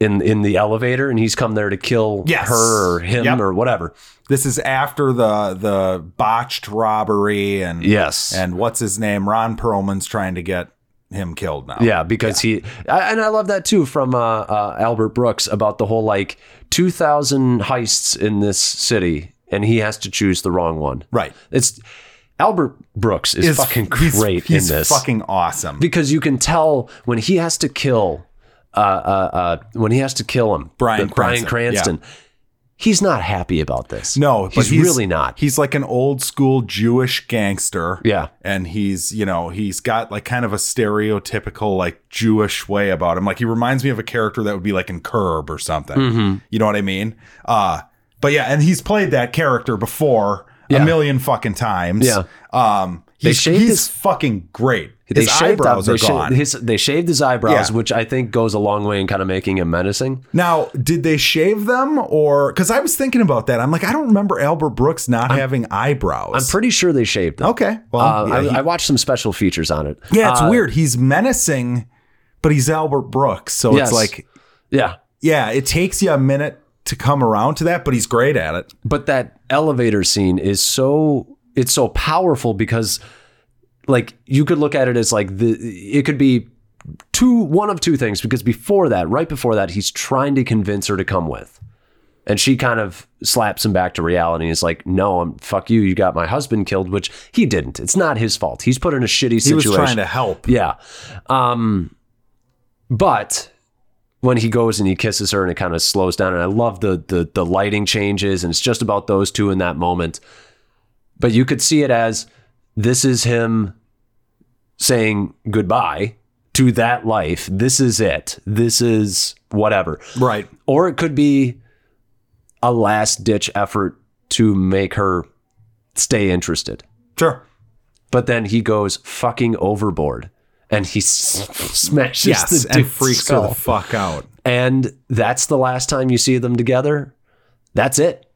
Speaker 1: in in the elevator and he's come there to kill
Speaker 2: Yes.
Speaker 1: her or him
Speaker 2: Yep.
Speaker 1: or whatever.
Speaker 2: This is after the the botched robbery and
Speaker 1: Yes.
Speaker 2: and what's his name? Ron Perlman's trying to get him killed now.
Speaker 1: yeah, because he I, and I love that too from uh, uh, Albert Brooks about the whole like two thousand heists in this city, and he has to choose the wrong one.
Speaker 2: Right.
Speaker 1: It's Albert Brooks is,
Speaker 2: It's
Speaker 1: fucking great
Speaker 2: he's, he's
Speaker 1: in this.
Speaker 2: fucking awesome.
Speaker 1: because you can tell when he has to kill uh, uh, uh, when he has to kill him
Speaker 2: Bryan
Speaker 1: the- Bryan
Speaker 2: Cranston,
Speaker 1: Cranston he's not happy about this
Speaker 2: no, but
Speaker 1: he's, really not
Speaker 2: He's like an old school Jewish gangster.
Speaker 1: yeah
Speaker 2: and he's you know he's got like kind of a stereotypical like jewish way about him like he reminds me of a character that would be like in curb or something
Speaker 1: Mm-hmm.
Speaker 2: you know what i mean uh but yeah and he's played that character before
Speaker 1: Yeah.
Speaker 2: a million fucking times
Speaker 1: Yeah.
Speaker 2: um
Speaker 1: They
Speaker 2: he's,
Speaker 1: shaved
Speaker 2: he's
Speaker 1: his-
Speaker 2: fucking great
Speaker 1: they
Speaker 2: his
Speaker 1: shaved
Speaker 2: eyebrows
Speaker 1: up,
Speaker 2: are
Speaker 1: they, sha-
Speaker 2: gone
Speaker 1: his, they shaved his eyebrows
Speaker 2: Yeah.
Speaker 1: which i think goes a long way in kind of making him menacing
Speaker 2: now did they shave them or because i was thinking about that i'm like i don't remember albert brooks not having eyebrows
Speaker 1: i'm pretty sure they shaved them
Speaker 2: okay well
Speaker 1: Uh,
Speaker 2: Oh, yeah,
Speaker 1: I,
Speaker 2: he-
Speaker 1: I watched some special features on it
Speaker 2: Yeah, it's
Speaker 1: Uh,
Speaker 2: weird. He's menacing, but he's Albert Brooks. So
Speaker 1: Yes.
Speaker 2: it's like,
Speaker 1: yeah
Speaker 2: yeah, it takes you a minute to come around to that, but he's great at it.
Speaker 1: but that elevator scene is so it's so powerful because like you could look at it as like the it could be two one of two things because before that right before that he's trying to convince her to come with and she kind of slaps him back to reality and is like no I'm fuck you you got my husband killed which he didn't it's not his fault he's put in a shitty
Speaker 2: He
Speaker 1: situation
Speaker 2: was trying to help.
Speaker 1: yeah. Um, but when he goes and he kisses her and it kind of slows down, and I love the the the lighting changes, and it's just about those two in that moment. But you could see it as this is him saying goodbye to that life. This is it. This is whatever.
Speaker 2: Right.
Speaker 1: Or it could be a last ditch effort to make her stay interested.
Speaker 2: Sure.
Speaker 1: But then he goes fucking overboard and he s- <laughs> smashes
Speaker 2: Yes.
Speaker 1: the
Speaker 2: And
Speaker 1: dude's
Speaker 2: freaks her
Speaker 1: skull.
Speaker 2: the fuck out.
Speaker 1: and that's the last time you see them together. That's it.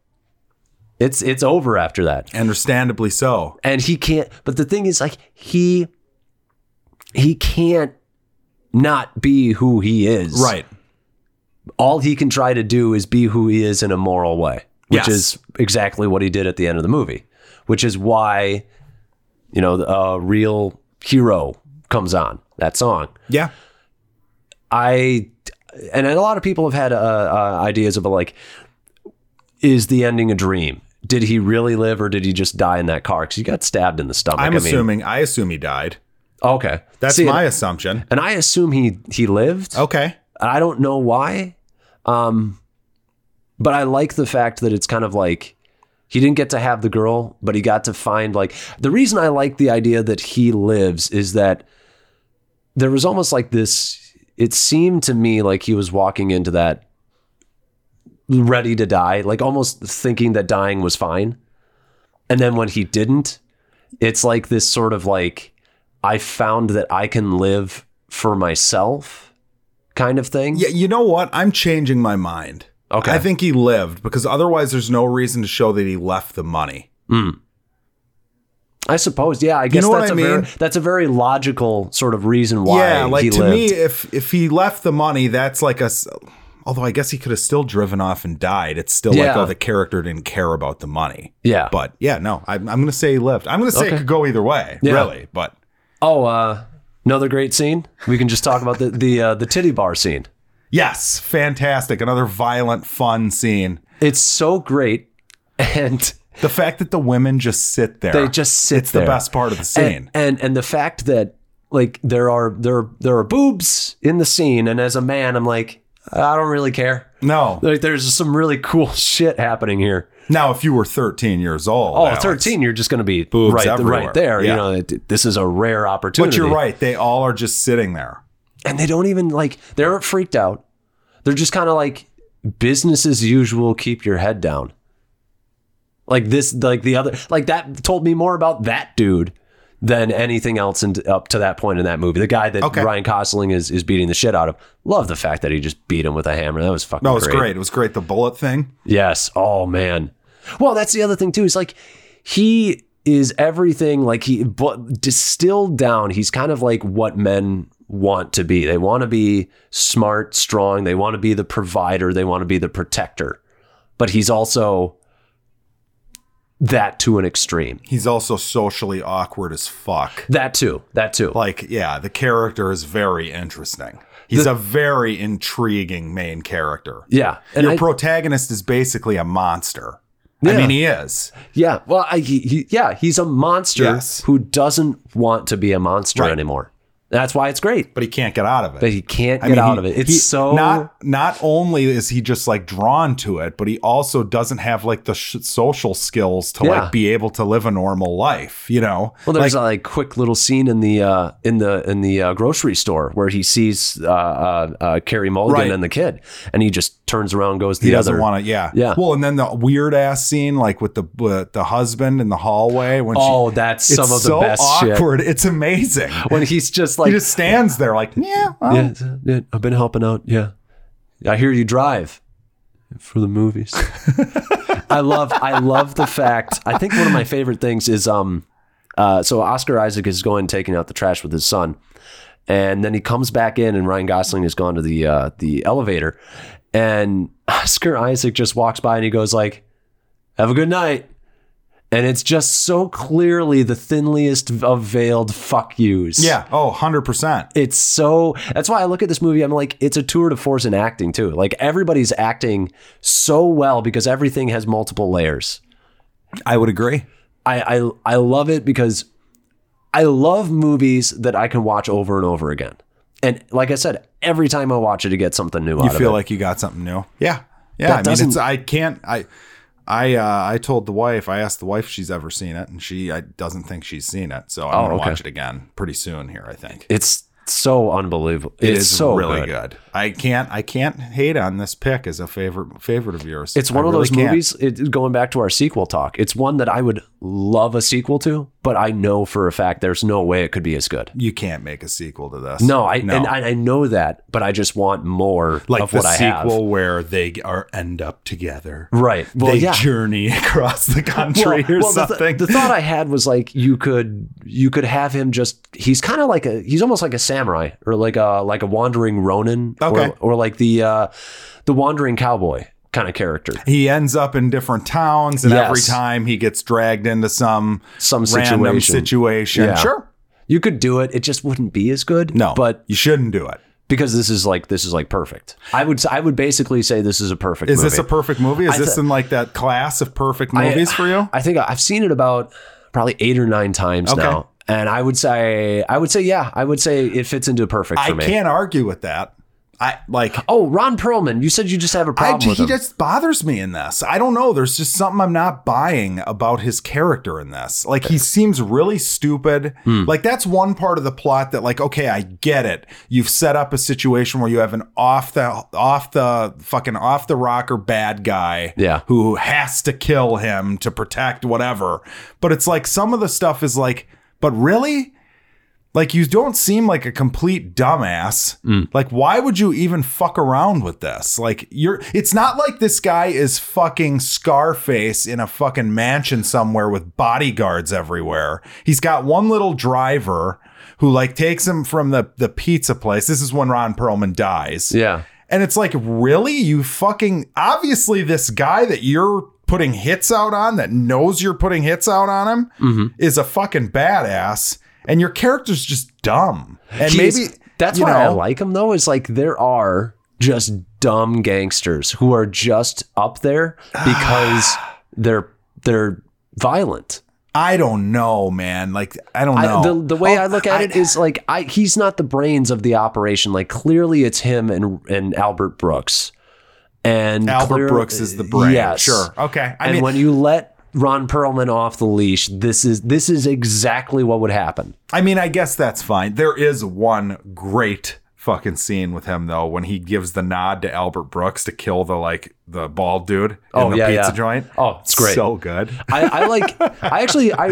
Speaker 1: It's it's over after that.
Speaker 2: Understandably so.
Speaker 1: And he can't but the thing is like he he can't not be who he is.
Speaker 2: Right.
Speaker 1: All he can try to do is be who he is in a moral way, which
Speaker 2: Yes.
Speaker 1: is exactly what he did at the end of the movie, which is why you know, a real hero comes on that song.
Speaker 2: Yeah.
Speaker 1: I and a lot of people have had uh, uh, ideas of like, is the ending a dream? Did he really live or did he just die in that car? Because he got stabbed in the stomach.
Speaker 2: I'm
Speaker 1: I mean-
Speaker 2: assuming, I assume he died.
Speaker 1: Okay,
Speaker 2: That's
Speaker 1: See,
Speaker 2: my Oh.
Speaker 1: And,
Speaker 2: assumption.
Speaker 1: and I assume he he lived.
Speaker 2: Okay.
Speaker 1: And I don't know why, um, but I like the fact that it's kind of like he didn't get to have the girl, but he got to find like the reason I like the idea that he lives is that there was almost like this. It seemed to me like he was walking into that ready to die, like almost thinking that dying was fine, and then when he didn't, it's like this sort of like I found that I can live for myself kind of thing.
Speaker 2: Yeah. You know what? I'm changing my mind.
Speaker 1: Okay.
Speaker 2: I think he lived because otherwise there's no reason to show that he left the money.
Speaker 1: Hmm. I suppose, yeah. I guess
Speaker 2: know what
Speaker 1: that's
Speaker 2: I
Speaker 1: a very
Speaker 2: mean?
Speaker 1: that's a very logical sort of reason why.
Speaker 2: yeah like
Speaker 1: he
Speaker 2: to
Speaker 1: lived.
Speaker 2: me if if he left the money that's like a s- although i guess he could have still driven off and died it's still like
Speaker 1: Yeah.
Speaker 2: oh the character didn't care about the money
Speaker 1: yeah.
Speaker 2: but yeah no i'm, I'm gonna say he left i'm gonna say
Speaker 1: Okay.
Speaker 2: it could go either way
Speaker 1: Yeah.
Speaker 2: really but
Speaker 1: oh, uh, another great scene. We can just talk about the the uh, the titty bar scene.
Speaker 2: yes fantastic another violent fun scene
Speaker 1: It's so great, and
Speaker 2: the fact that the women just sit there
Speaker 1: they just sit
Speaker 2: Ah, it's
Speaker 1: there.
Speaker 2: the best part of the scene
Speaker 1: And, and and the fact that like there are there there are boobs in the scene, and as a man, I'm like I don't really care.
Speaker 2: no
Speaker 1: Like there's some really cool <laughs> shit happening here.
Speaker 2: now if you were 13 years old
Speaker 1: Oh,
Speaker 2: Alex,
Speaker 1: 13, you're just going to be
Speaker 2: Boobs
Speaker 1: right,
Speaker 2: everywhere.
Speaker 1: right there.
Speaker 2: Yeah.
Speaker 1: You know, it- this is a rare opportunity.
Speaker 2: but you're right they all are just sitting there
Speaker 1: and they don't even like they aren't freaked out. They're just kind of like business as usual, keep your head down. Like this, like the other, like that told me more about that dude than anything else in, up to that point in that movie. The guy that
Speaker 2: Okay.
Speaker 1: Ryan Gosling is, is beating the shit out of. Love the fact that he just beat him with a hammer. That was fucking
Speaker 2: No, it was great. It was great. The bullet thing.
Speaker 1: Yes. Oh man. Well, that's the other thing too. Is like he is everything. Like he, but distilled down, he's kind of like what men want to be. They want to be smart, strong. They want to be the provider. They want to be the protector. But he's also that to an extreme.
Speaker 2: He's also socially awkward as fuck.
Speaker 1: That too. That too.
Speaker 2: Like, yeah, the character is very interesting. He's a very intriguing main character.
Speaker 1: yeah. And
Speaker 2: Your
Speaker 1: I,
Speaker 2: protagonist is basically a monster. I
Speaker 1: Yeah.
Speaker 2: mean, he is.
Speaker 1: yeah. Well, I, he, he, yeah. He's a monster
Speaker 2: Yes.
Speaker 1: who doesn't want to be a monster
Speaker 2: Right.
Speaker 1: anymore. That's why it's great.
Speaker 2: but he can't get out of it.
Speaker 1: that he can't
Speaker 2: I
Speaker 1: get
Speaker 2: mean,
Speaker 1: out
Speaker 2: he-
Speaker 1: of it. It's
Speaker 2: he-
Speaker 1: so
Speaker 2: not not only is he just like drawn to it, but he also doesn't have like the sh- social skills to
Speaker 1: Yeah.
Speaker 2: like be able to live a normal life. You know,
Speaker 1: well. There's
Speaker 2: like,
Speaker 1: a like quick little scene in the uh, in the in the uh, grocery store where he sees uh, uh, uh, Carrie Mulligan
Speaker 2: Right.
Speaker 1: and the kid, and he just turns around, and goes the
Speaker 2: he
Speaker 1: other.
Speaker 2: doesn't want to. Yeah,
Speaker 1: Yeah.
Speaker 2: Well, and then the weird ass scene like with the with the husband in the hallway when
Speaker 1: oh,
Speaker 2: she.
Speaker 1: that's
Speaker 2: It's
Speaker 1: some of the
Speaker 2: so
Speaker 1: best shit.
Speaker 2: awkward. It's amazing.
Speaker 1: When he's just like,
Speaker 2: he just stands there like, yeah, well,
Speaker 1: yeah, yeah, I've been helping out. Yeah, I hear you drive for the movies. I love, I love the fact. I think one of my favorite things is, um, uh, so Oscar Isaac is going taking out the trash with his son, and then he comes back in, and Ryan Gosling has gone to the uh, the elevator, and Oscar Isaac just walks by and he goes like, "Have a good night." And it's just so clearly the thinliest of veiled fuck yous
Speaker 2: yeah. Oh, 100%.
Speaker 1: it's so that's why I look at this movie. I'm like, it's a tour de force in acting too. Like everybody's acting so well because everything has multiple layers.
Speaker 2: I would agree.
Speaker 1: I I, I love it because I love movies that I can watch over and over again. And like I said, every time I watch it, I get something new
Speaker 2: you
Speaker 1: out
Speaker 2: feel
Speaker 1: of it.
Speaker 2: like you got something new yeah yeah
Speaker 1: That
Speaker 2: i mean it's
Speaker 1: doesn't-
Speaker 2: i can't i i uh i told the wife i asked the wife if she's ever seen it and she i doesn't think she's seen it so i'm
Speaker 1: Oh,
Speaker 2: gonna
Speaker 1: okay.
Speaker 2: watch it again pretty soon here i think
Speaker 1: it's so unbelievable.
Speaker 2: It
Speaker 1: it's
Speaker 2: is
Speaker 1: so
Speaker 2: really
Speaker 1: good.
Speaker 2: good. I can't I can't hate on this pick as a favorite favorite of yours.
Speaker 1: It's one
Speaker 2: I
Speaker 1: of
Speaker 2: really
Speaker 1: those
Speaker 2: can't.
Speaker 1: movies. It, going back to our sequel talk, it's one that I would love a sequel to, but I know for a fact there's no way it could be as good.
Speaker 2: you can't make a sequel to this.
Speaker 1: No, I and I, I know that, but I just want more
Speaker 2: like
Speaker 1: of
Speaker 2: the
Speaker 1: what I have.
Speaker 2: sequel where they are end up together.
Speaker 1: Right. Well,
Speaker 2: they
Speaker 1: yeah.
Speaker 2: journey <laughs> across the
Speaker 1: Well,
Speaker 2: country or
Speaker 1: well, the th-
Speaker 2: something.
Speaker 1: The, thought I had was like you could you could have him just he's kind of like a he's almost like a samurai or like a like a wandering ronin
Speaker 2: Okay.
Speaker 1: or or like the uh the wandering cowboy kind of character.
Speaker 2: he ends up in different towns and
Speaker 1: Yes.
Speaker 2: every time he gets dragged into some
Speaker 1: Some
Speaker 2: random
Speaker 1: situation.
Speaker 2: situation
Speaker 1: Yeah.
Speaker 2: sure
Speaker 1: You could do it. It just wouldn't be as good.
Speaker 2: no
Speaker 1: But
Speaker 2: you shouldn't do it
Speaker 1: because this is like this is like perfect. I would s- I would basically say this is a perfect
Speaker 2: is
Speaker 1: movie.
Speaker 2: this a perfect movie is
Speaker 1: I
Speaker 2: this
Speaker 1: th-
Speaker 2: in like that class of perfect
Speaker 1: I- uh,
Speaker 2: movies for you
Speaker 1: I think I've seen it about probably eight or nine times
Speaker 2: Okay.
Speaker 1: now. And I would say, I would say, yeah, I would say it fits into perfect for
Speaker 2: i
Speaker 1: me.
Speaker 2: can't argue with that i like
Speaker 1: Oh, Ron Perlman, you said you just have a
Speaker 2: I,
Speaker 1: problem
Speaker 2: he
Speaker 1: with him.
Speaker 2: just bothers me in this. I don't know. There's just something I'm not buying about his character in this. Like he seems really stupid.
Speaker 1: Hmm.
Speaker 2: Like that's one part of the plot that, like, okay, I get it. You've set up a situation where you have an off the off the fucking off the rocker bad guy,
Speaker 1: Yeah.
Speaker 2: who has to kill him to protect whatever. But it's like some of the stuff is like, but really. Like you don't seem like a complete dumbass. Like why would you even fuck around with this? Like you're it's not like this guy is fucking Scarface in a fucking mansion somewhere with bodyguards everywhere. He's got one little driver who like takes him from the the pizza place. This is when Ron Perlman dies.
Speaker 1: yeah.
Speaker 2: And it's like, really? You fucking obviously this guy that you're putting hits out on that knows you're putting hits out on him
Speaker 1: mm-hmm.
Speaker 2: is a fucking badass. And your character's just dumb. And
Speaker 1: He's-
Speaker 2: maybe
Speaker 1: that's
Speaker 2: you
Speaker 1: why I
Speaker 2: know,
Speaker 1: like him though, is like there are just dumb gangsters who are just up
Speaker 2: <sighs>
Speaker 1: there because they're they're violent.
Speaker 2: I don't know, man. Like I don't
Speaker 1: I,
Speaker 2: know.
Speaker 1: the, the way
Speaker 2: Oh,
Speaker 1: I look at it is like I he's not the brains of the operation. Like clearly it's him and and Albert Brooks. And
Speaker 2: Albert
Speaker 1: clear-
Speaker 2: Brooks is the brain.
Speaker 1: Yes.
Speaker 2: Sure. Okay. I
Speaker 1: and
Speaker 2: mean
Speaker 1: when you let Ron Perlman off the leash, this is this is exactly what would happen.
Speaker 2: I mean, I guess that's fine. There is one great fucking scene with him though when he gives the nod to Albert Brooks to kill the like the bald dude in
Speaker 1: Oh,
Speaker 2: the
Speaker 1: yeah,
Speaker 2: pizza
Speaker 1: yeah.
Speaker 2: joint.
Speaker 1: Oh, it's great.
Speaker 2: So good.
Speaker 1: I, I like. I actually. I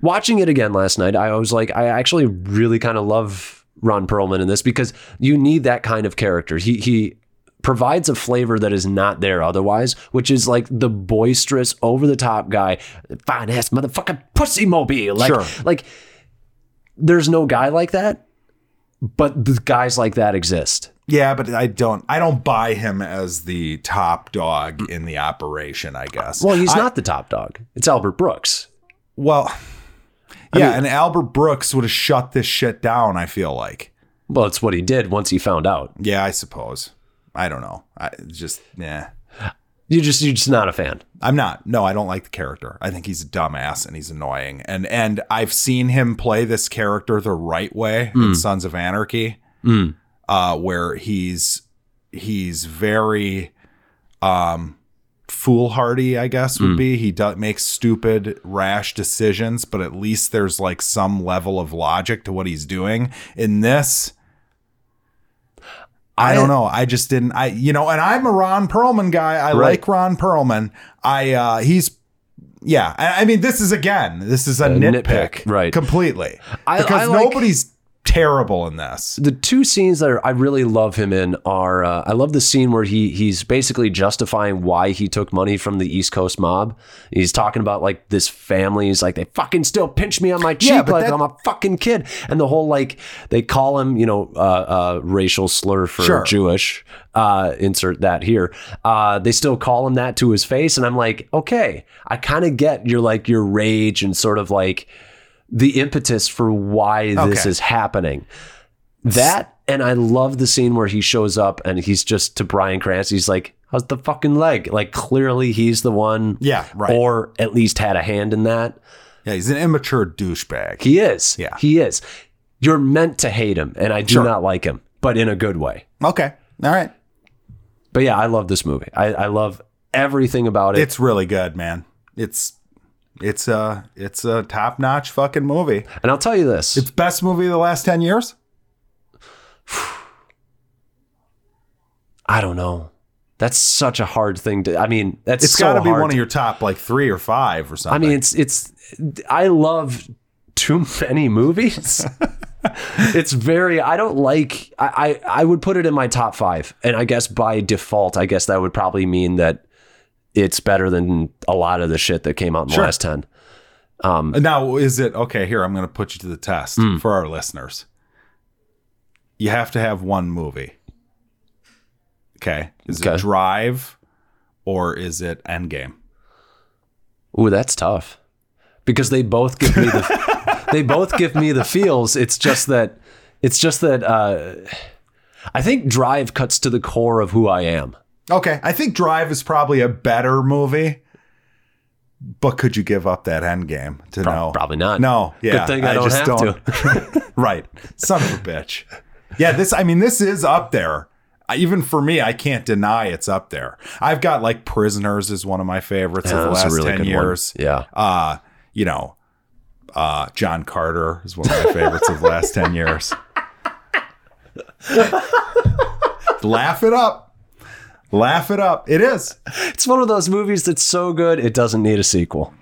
Speaker 1: watching it again last night. I was like, I actually really kind of love Ron Perlman in this because you need that kind of character. He he provides a flavor that is not there otherwise, which is like the boisterous, over the top guy, fine ass motherfucking pussy mobile. Like
Speaker 2: Sure.
Speaker 1: like there's no guy like that, but the guys like that exist.
Speaker 2: Yeah, but I don't I don't buy him as the top dog in the operation, I guess.
Speaker 1: Well, he's
Speaker 2: I-
Speaker 1: not the top dog. It's Albert Brooks.
Speaker 2: Well, yeah,
Speaker 1: mean-
Speaker 2: and Albert Brooks would have shut this shit down, I feel like.
Speaker 1: Well, it's what he did once he found out.
Speaker 2: Yeah, I suppose. I don't know. I just yeah.
Speaker 1: You just you're just not a fan.
Speaker 2: I'm not. No, I don't like the character. I think he's a dumbass and he's annoying. And and I've seen him play this character the right way in Sons of Anarchy, uh, where he's he's very um, foolhardy. I guess would be he do- makes stupid, rash decisions, but at least there's like some level of logic to what he's doing. In this, I don't know. I just didn't. I you know, and I'm a Ron Perlman guy. I
Speaker 1: Right.
Speaker 2: like Ron Perlman. I uh he's yeah. I, I mean, this is again, this is a, nitpick,
Speaker 1: nitpick, right.
Speaker 2: Completely,
Speaker 1: I-
Speaker 2: because
Speaker 1: I like-
Speaker 2: nobody's terrible in this.
Speaker 1: the two scenes that are, I really love him in are uh, I love the scene where he he's basically justifying why he took money from the East Coast mob. He's talking about like this family. He's like they fucking still pinch me on my cheek
Speaker 2: Yeah, but
Speaker 1: like
Speaker 2: that-
Speaker 1: I'm a fucking kid. And the whole like they call him you know uh, uh, racial slur for
Speaker 2: Sure.
Speaker 1: Jewish. Uh, insert that here. Uh, they still call him that to his face, and I'm like, okay, I kind of get your like your rage and sort of like the impetus for why this
Speaker 2: Okay.
Speaker 1: is happening. That and I love the scene where he shows up and he's just to Brian Cranston. He's like, "How's the fucking leg?" Like clearly he's the one,
Speaker 2: Yeah, right.
Speaker 1: or at least had a hand in that.
Speaker 2: yeah, he's an immature douchebag.
Speaker 1: He is,
Speaker 2: Yeah.
Speaker 1: he is. You're meant to hate him, and I do
Speaker 2: Sure.
Speaker 1: not like him, but in a good way.
Speaker 2: okay, all right,
Speaker 1: But yeah, I love this movie. I, I love everything about it.
Speaker 2: it's really good, man. It's it's a it's a top notch fucking movie.
Speaker 1: and I'll tell you this:
Speaker 2: It's best movie of the last ten years.
Speaker 1: I don't know. That's such a hard thing to. I mean, that's
Speaker 2: it's
Speaker 1: so
Speaker 2: got to be
Speaker 1: hard
Speaker 2: one
Speaker 1: to-
Speaker 2: of your top like three or five or
Speaker 1: I
Speaker 2: something.
Speaker 1: mean, it's it's. I love too many
Speaker 2: <laughs>
Speaker 1: movies. it's very. I don't like. I, I I would put it in my top five, and I guess by default, I guess that would probably mean that it's better than a lot of the shit that came out in the
Speaker 2: Sure.
Speaker 1: last ten.
Speaker 2: Now, is it okay? Here, I'm going to put you to the test for our listeners. You have to have one movie. Okay. Is
Speaker 1: Okay.
Speaker 2: it Drive or is it Endgame?
Speaker 1: Ooh, that's tough, because they both give me the.
Speaker 2: <laughs>
Speaker 1: they both give me the feels. It's just that. It's just that. Uh, I think Drive cuts to the core of who I am.
Speaker 2: Okay. I think Drive is probably a better movie. But could you give up that Endgame to know?
Speaker 1: probably not.
Speaker 2: No. Yeah.
Speaker 1: Good thing I don't have to.
Speaker 2: <laughs> right. Son of a bitch. Yeah, this I mean this is up there. I- Even for me, I can't deny it's up there. I've got like Prisoners is one of my favorites of the
Speaker 1: that's a
Speaker 2: last
Speaker 1: really
Speaker 2: 10
Speaker 1: good one.
Speaker 2: years.
Speaker 1: Yeah.
Speaker 2: Uh, you know, uh John Carter is one of my favorites of the last 10 years. Laugh it up. Laugh it up. It is.
Speaker 1: It's one of those movies that's so good it doesn't need a sequel.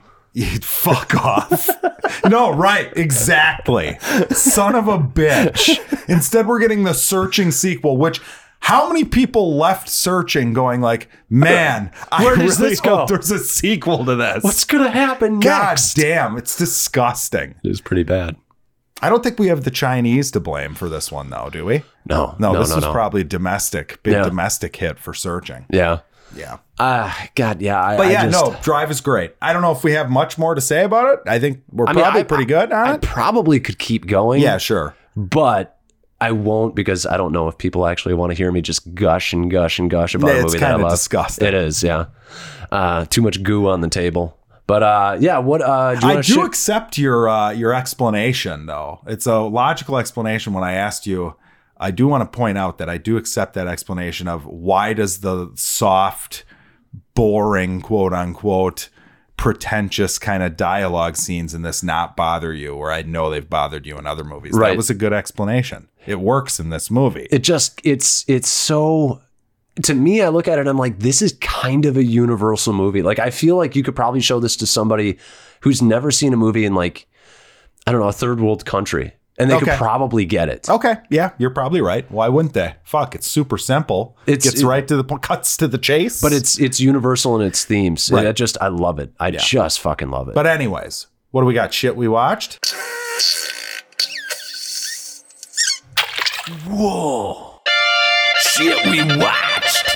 Speaker 2: Fuck off. no, right. Exactly. Son of a bitch. Instead, we're getting the searching sequel, which how many people left searching going like, man, I
Speaker 1: Where
Speaker 2: really
Speaker 1: does this go?
Speaker 2: hope there's a sequel to this.
Speaker 1: What's gonna happen
Speaker 2: God
Speaker 1: next?
Speaker 2: damn, it's disgusting.
Speaker 1: It was pretty bad.
Speaker 2: I don't think we have the Chinese to blame for this one though, do we?
Speaker 1: No,
Speaker 2: No,
Speaker 1: no,
Speaker 2: this
Speaker 1: no,
Speaker 2: was
Speaker 1: no.
Speaker 2: probably domestic, big
Speaker 1: Yeah.
Speaker 2: domestic hit for searching.
Speaker 1: yeah.
Speaker 2: Yeah.
Speaker 1: Ah, God, yeah. I,
Speaker 2: But
Speaker 1: I
Speaker 2: yeah,
Speaker 1: just-
Speaker 2: no, Drive is great. I don't know if we have much more to say about it. I think we're
Speaker 1: I mean,
Speaker 2: probably
Speaker 1: I-
Speaker 2: pretty good on
Speaker 1: I
Speaker 2: it.
Speaker 1: probably could keep going.
Speaker 2: Yeah, sure.
Speaker 1: but I won't because I don't know if people actually want to hear me just gush and gush and gush about
Speaker 2: Yeah,
Speaker 1: a
Speaker 2: it's
Speaker 1: movie that I
Speaker 2: kinda
Speaker 1: love.
Speaker 2: disgusting.
Speaker 1: It is, yeah. Uh, too much goo on the table. But uh, yeah, what? Uh, do you
Speaker 2: I
Speaker 1: wanna
Speaker 2: do
Speaker 1: shit-
Speaker 2: accept your uh, your explanation though. It's a logical explanation when I asked you. I do want to point out that I do accept that explanation of why does the soft, boring, quote unquote, pretentious kind of dialogue scenes in this not bother you, or I know they've bothered you in other movies. That
Speaker 1: Right.
Speaker 2: was a good explanation. It works in this movie.
Speaker 1: it just it's it's so to me i look at it i'm like this is kind of a universal movie like i feel like you could probably show this to somebody who's never seen a movie in like i don't know a third world country and they
Speaker 2: Okay.
Speaker 1: could probably get it
Speaker 2: Okay, yeah, you're probably right. Why wouldn't they? Fuck, it's super simple. It
Speaker 1: It's-
Speaker 2: gets
Speaker 1: it-
Speaker 2: right to the po- cuts to the chase.
Speaker 1: but it's it's universal in its themes
Speaker 2: Right.
Speaker 1: that just i love it i just fucking love it
Speaker 2: but anyways, what do we got? Shit, we watched.
Speaker 1: whoa shit we watched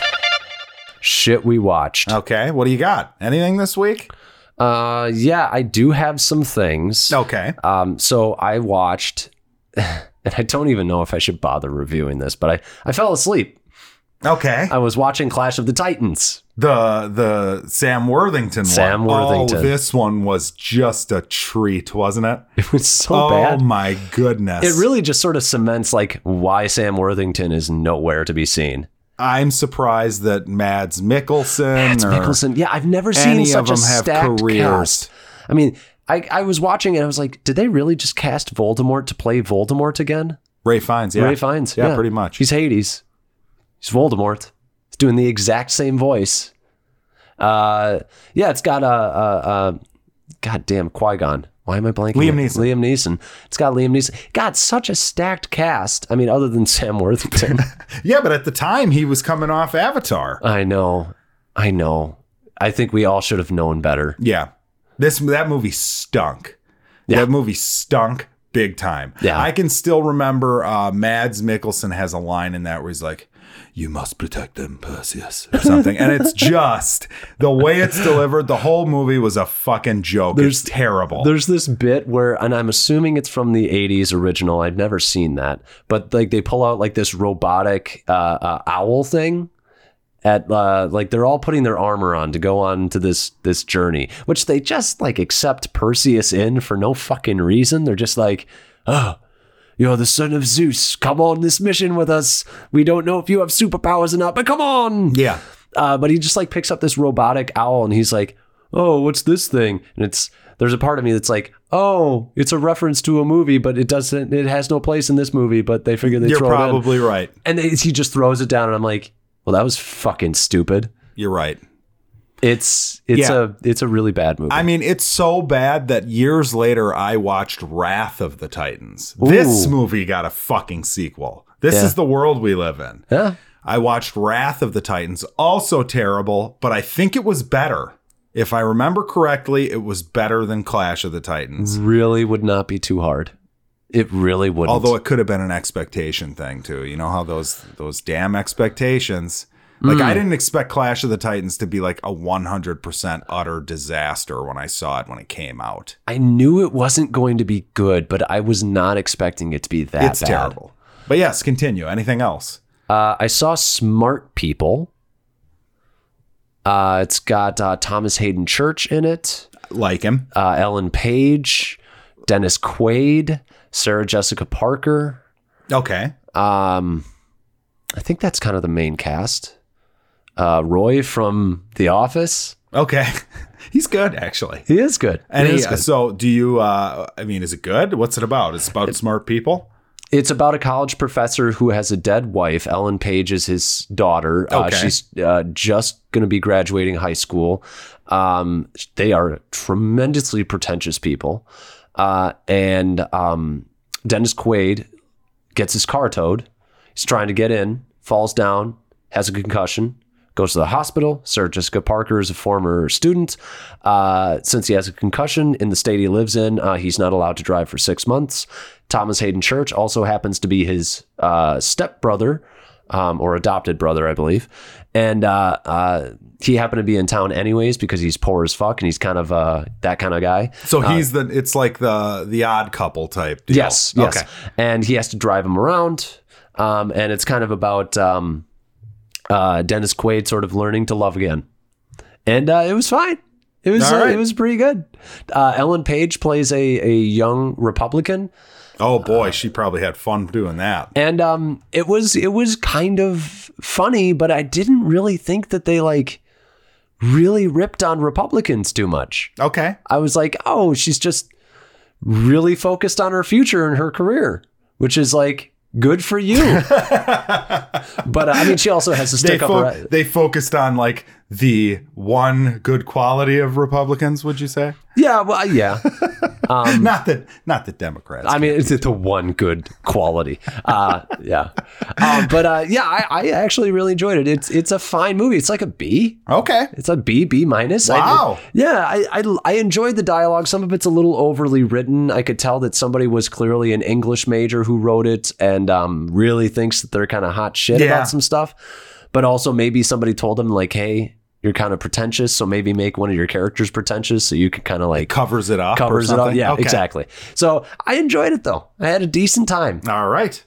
Speaker 1: shit we watched
Speaker 2: Okay, what do you got? Anything this week?
Speaker 1: uh yeah i do have some things
Speaker 2: Okay,
Speaker 1: Um, so I watched, <laughs> and I don't even know if I should bother reviewing this, but I, I fell asleep.
Speaker 2: okay.
Speaker 1: I was watching Clash of the Titans. <laughs>
Speaker 2: The the Sam Worthington
Speaker 1: Sam
Speaker 2: one.
Speaker 1: Worthington.
Speaker 2: Oh, this one was just a treat, wasn't it?
Speaker 1: It was so
Speaker 2: oh
Speaker 1: bad.
Speaker 2: my goodness!
Speaker 1: It really just sort of cements like why Sam Worthington is nowhere to be seen.
Speaker 2: I'm surprised that Mads Mikkelsen
Speaker 1: Mads
Speaker 2: or
Speaker 1: Mikkelsen, yeah, I've never seen
Speaker 2: Uh, any
Speaker 1: such
Speaker 2: of them
Speaker 1: a
Speaker 2: have
Speaker 1: stacked
Speaker 2: careers.
Speaker 1: cast. I mean, I, I was watching and I was like, did they really just cast Voldemort to play Voldemort again?
Speaker 2: Ray Fiennes. Yeah,
Speaker 1: Ray Fiennes,
Speaker 2: Yeah,
Speaker 1: yeah.
Speaker 2: pretty much.
Speaker 1: He's Hades. He's Voldemort. He's doing the exact same voice. Uh, yeah, it's got a, a, a goddamn Qui Gon. Why am I blanking?
Speaker 2: Liam
Speaker 1: it?
Speaker 2: Neeson.
Speaker 1: Liam Neeson. It's got Liam Neeson. Got such a stacked cast. I mean, other than Sam
Speaker 2: <laughs>
Speaker 1: Worthington.
Speaker 2: yeah, but at the time he was coming off Avatar.
Speaker 1: I know. I know. I think we all should have known better.
Speaker 2: Yeah. This that movie stunk.
Speaker 1: Yeah.
Speaker 2: That movie stunk big time.
Speaker 1: Yeah.
Speaker 2: I can still remember uh, Mads Mikkelsen has a line in that where he's like, You must protect them, Perseus, or something. and
Speaker 1: <laughs>
Speaker 2: it's just the way it's delivered, the whole movie was a fucking joke.
Speaker 1: There's-
Speaker 2: it's terrible.
Speaker 1: There's this bit where, and I'm assuming it's from the 80s original. I've never seen that, but like they pull out like this robotic uh, uh, owl thing. At uh, like they're all putting their armor on to go on to this this journey, which they just like accept Perseus in for no fucking reason. They're just like, oh, you're the son of Zeus. Come on this mission with us. We don't know if you have superpowers or not, but come on.
Speaker 2: yeah.
Speaker 1: Uh, but he just like picks up this robotic owl and he's like, "Oh, what's this thing?" And it's there's a part of me that's like, "Oh, it's a reference to a movie, but it doesn't. It has no place in this movie." But they figure they
Speaker 2: You're
Speaker 1: throw it in,
Speaker 2: probably right.
Speaker 1: and they, he just throws it down, and I'm like, "Well, that was fucking stupid."
Speaker 2: You're right.
Speaker 1: It's it's
Speaker 2: Yeah.
Speaker 1: a it's a really bad movie.
Speaker 2: I mean, it's so bad that years later I watched Wrath of the Titans. This
Speaker 1: Ooh.
Speaker 2: movie got a fucking sequel. This
Speaker 1: Yeah.
Speaker 2: is the world we live in.
Speaker 1: yeah,
Speaker 2: I watched Wrath of the Titans, also terrible, but I think it was better. If I remember correctly, it was better than Clash of the Titans.
Speaker 1: really would not be too hard. It really wouldn't.
Speaker 2: Although it could have been an expectation thing too. You know how those those damn expectations. Like I didn't expect Clash of the Titans to be like a 100% utter disaster when I saw it when it came out.
Speaker 1: I knew it wasn't going to be good, but I was not expecting it to be that
Speaker 2: it's
Speaker 1: bad.
Speaker 2: terrible. But yes, continue. Anything else?
Speaker 1: Uh, I saw Smart People. Uh, it's got uh, Thomas Hayden Church in it,
Speaker 2: Like him.
Speaker 1: uh, Ellen Page, Dennis Quaid, Sarah Jessica Parker.
Speaker 2: Okay.
Speaker 1: Um, I think that's kind of the main cast. Uh, Roy from The Office.
Speaker 2: Okay. <laughs> He's good actually.
Speaker 1: He is good.
Speaker 2: And
Speaker 1: he
Speaker 2: he,
Speaker 1: is good.
Speaker 2: so, do you? Uh, I mean, is it good? What's it about? It's about smart people.
Speaker 1: It's about a college professor who has a dead wife. Ellen Page is his daughter. Uh,
Speaker 2: Okay.
Speaker 1: she's uh, just going to be graduating high school. Um, they are tremendously pretentious people. Uh, and um, Dennis Quaid gets his car towed. He's trying to get in, falls down, has a concussion, goes to the hospital. Sarah Jessica Parker is a former student. Uh, since he has a concussion in the state he lives in, uh, he's not allowed to drive for six months. Thomas Hayden Church also happens to be his uh, stepbrother. Um, or adopted brother, I believe, and uh, uh, he happened to be in town anyways because he's poor as fuck and he's kind of uh, that kind of guy.
Speaker 2: So he's the. It's like the the odd couple type. Deal.
Speaker 1: Uh, Yes, yes.
Speaker 2: Okay.
Speaker 1: And he has to drive him around. Um, and it's kind of about um, uh, Dennis Quaid sort of learning to love again. And uh, it was fine. It was
Speaker 2: All
Speaker 1: uh,
Speaker 2: right.
Speaker 1: it was pretty good. Uh, Ellen Page plays a, a young Republican,
Speaker 2: Oh boy, she probably had fun doing that.
Speaker 1: and um, it was it was kind of funny, but I didn't really think that they like really ripped on Republicans too much.
Speaker 2: Okay.
Speaker 1: I was like, oh, she's just really focused on her future and her career, which is like good for you.
Speaker 2: <laughs>
Speaker 1: but uh, I mean, she also has to
Speaker 2: They,
Speaker 1: stick up.
Speaker 2: fo-
Speaker 1: her-
Speaker 2: they focused on like the one good quality of Republicans, would you say?
Speaker 1: yeah, well, uh, yeah. Um,
Speaker 2: not that not the Democrats.
Speaker 1: I mean, it's the one good quality. Uh, yeah, um, but uh, yeah, I, I actually really enjoyed it. It's it's a fine movie. It's like a B.
Speaker 2: okay.
Speaker 1: It's a B, B minus. I-
Speaker 2: Wow.
Speaker 1: yeah, I, I I enjoyed the dialogue. Some of it's a little overly written. I could tell that somebody was clearly an English major who wrote it and um, really thinks that they're kind of hot shit
Speaker 2: Yeah.
Speaker 1: about some stuff. But also maybe somebody told them like, hey, you're kind of pretentious, so maybe make one of your characters pretentious so you can kind of like
Speaker 2: Covers it up. or
Speaker 1: covers it up.
Speaker 2: something?
Speaker 1: Yeah,
Speaker 2: Okay.
Speaker 1: exactly. So I enjoyed it though. I had a decent time.
Speaker 2: All right.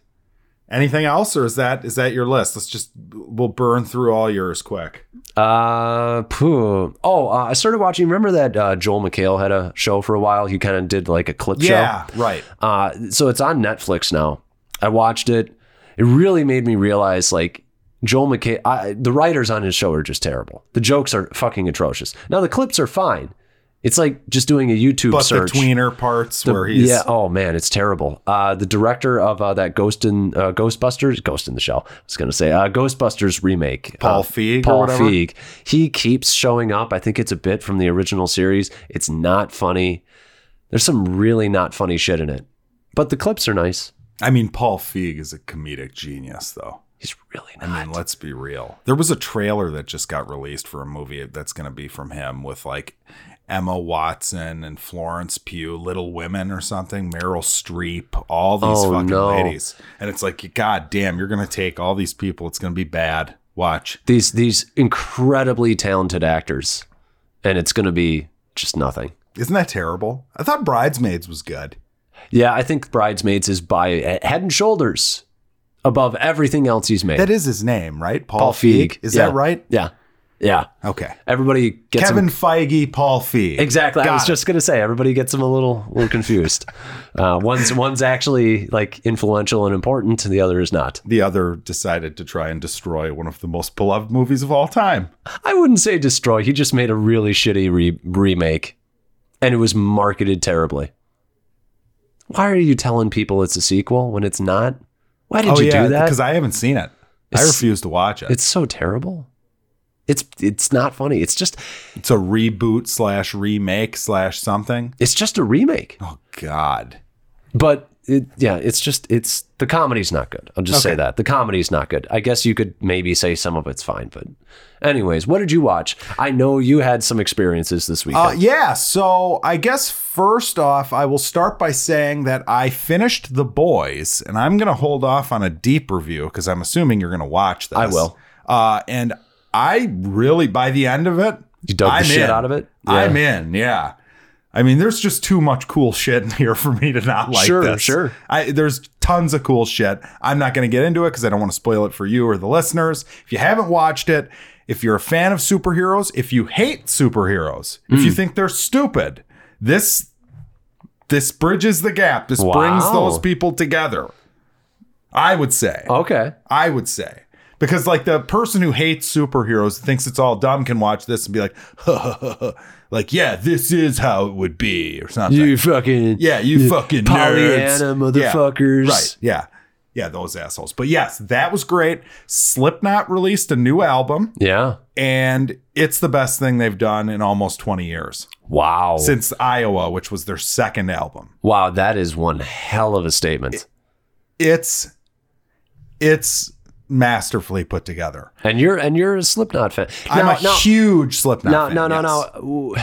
Speaker 2: Anything else, or is that is that your list? Let's just we'll burn through all yours quick.
Speaker 1: Uh, phew. oh, uh, I started watching. Remember that uh, Joel McHale had a show for a while. He kind of did like a clip show.
Speaker 2: Yeah, right.
Speaker 1: Uh, so it's on Netflix now. I watched it. It really made me realize like Joel McHale, I, the writers on his show are just terrible. The jokes are fucking atrocious. Now the clips are fine. It's like just doing a YouTube
Speaker 2: But
Speaker 1: search.
Speaker 2: the tweener parts
Speaker 1: The-
Speaker 2: where he's
Speaker 1: yeah. Oh man, it's terrible. Uh, the director of uh, that Ghost in uh, Ghostbusters, Ghost in the Shell. I was gonna say uh, Ghostbusters remake.
Speaker 2: Paul
Speaker 1: uh,
Speaker 2: Feig or
Speaker 1: Paul
Speaker 2: whatever?
Speaker 1: Feig. He keeps showing up. I think it's a bit from the original series. It's not funny. There's some really not funny shit in it, but the clips are nice.
Speaker 2: I mean, Paul Feig is a comedic genius, though.
Speaker 1: He's really
Speaker 2: I
Speaker 1: not.
Speaker 2: mean, let's be real. There was a trailer that just got released for a movie that's going to be from him with like Emma Watson and Florence Pugh, Little Women or something, Meryl Streep, all these
Speaker 1: Oh,
Speaker 2: fucking
Speaker 1: no.
Speaker 2: ladies. And it's like, God damn, you're going to take all these people. It's going to be bad. Watch.
Speaker 1: these these incredibly talented actors, and it's gonna be just nothing.
Speaker 2: Isn't that terrible? I thought Bridesmaids was good.
Speaker 1: Yeah, I think Bridesmaids is by head and shoulders above everything else he's made.
Speaker 2: That is his name, right? Paul,
Speaker 1: Paul
Speaker 2: Feig.
Speaker 1: Feig.
Speaker 2: Is
Speaker 1: Yeah.
Speaker 2: that right?
Speaker 1: Yeah. Yeah.
Speaker 2: Okay.
Speaker 1: Everybody gets
Speaker 2: Kevin
Speaker 1: him.
Speaker 2: Feige, Paul Feig.
Speaker 1: Exactly. I
Speaker 2: Got
Speaker 1: was
Speaker 2: it.
Speaker 1: just going to say, everybody gets them a little, little
Speaker 2: <laughs>
Speaker 1: confused. uh, one's, one's actually like influential and important, and the other is not.
Speaker 2: The other decided to try and destroy one of the most beloved movies of all time.
Speaker 1: I wouldn't say destroy. He just made a really shitty re- remake, and it was marketed terribly. Why are you telling people it's a sequel when it's not? Why did you do that?
Speaker 2: Because Oh, I haven't seen it. I
Speaker 1: It's-
Speaker 2: refuse to watch it. It's,
Speaker 1: it's so terrible. It's it's not funny. It's just
Speaker 2: a reboot slash remake slash something.
Speaker 1: it's just a remake.
Speaker 2: Oh God.
Speaker 1: but it, yeah, it's just it's the comedy's not good. I'll just say that the comedy's not good. I guess you could maybe say some of it's fine, but anyways, what did you watch? I know you had some experiences this weekend.
Speaker 2: Uh, yeah. So I guess first off, I will start by saying that I finished The Boys, and I'm going to hold off on a deep review because I'm assuming you're going to watch this.
Speaker 1: I will.
Speaker 2: Uh, and I really, by the end of it,
Speaker 1: You dug the shit out of it? Yeah.
Speaker 2: I'm in. Yeah. I mean, there's just too much cool shit in here for me to not like
Speaker 1: Sure,
Speaker 2: this.
Speaker 1: sure.
Speaker 2: I, there's tons of cool shit. I'm not going to get into it because I don't want to spoil it for you or the listeners. If you haven't watched it, if you're a fan of superheroes, if you hate superheroes, if
Speaker 1: Hmm.
Speaker 2: you think they're stupid, this this bridges the gap. This brings
Speaker 1: Wow.
Speaker 2: those people together. I would say.
Speaker 1: okay,
Speaker 2: I would say. Because like the person who hates superheroes thinks it's all dumb can watch this and be like, <laughs> like yeah, this is how it would be or something.
Speaker 1: you fucking
Speaker 2: yeah, you, fucking nerds,
Speaker 1: Pollyanna motherfuckers.
Speaker 2: Yeah, right? Yeah, yeah, those assholes. But yes, that was great. Slipknot released a new album,
Speaker 1: yeah.
Speaker 2: and it's the best thing they've done in almost twenty years
Speaker 1: Wow,
Speaker 2: since Iowa, which was their second album.
Speaker 1: wow, that is one hell of a statement.
Speaker 2: It's it's masterfully put together.
Speaker 1: And you're and you're a Slipknot fan.
Speaker 2: I'm
Speaker 1: Now-
Speaker 2: a
Speaker 1: now-
Speaker 2: huge Slipknot
Speaker 1: no,
Speaker 2: fan.
Speaker 1: no, no,
Speaker 2: yes.
Speaker 1: no. Ooh.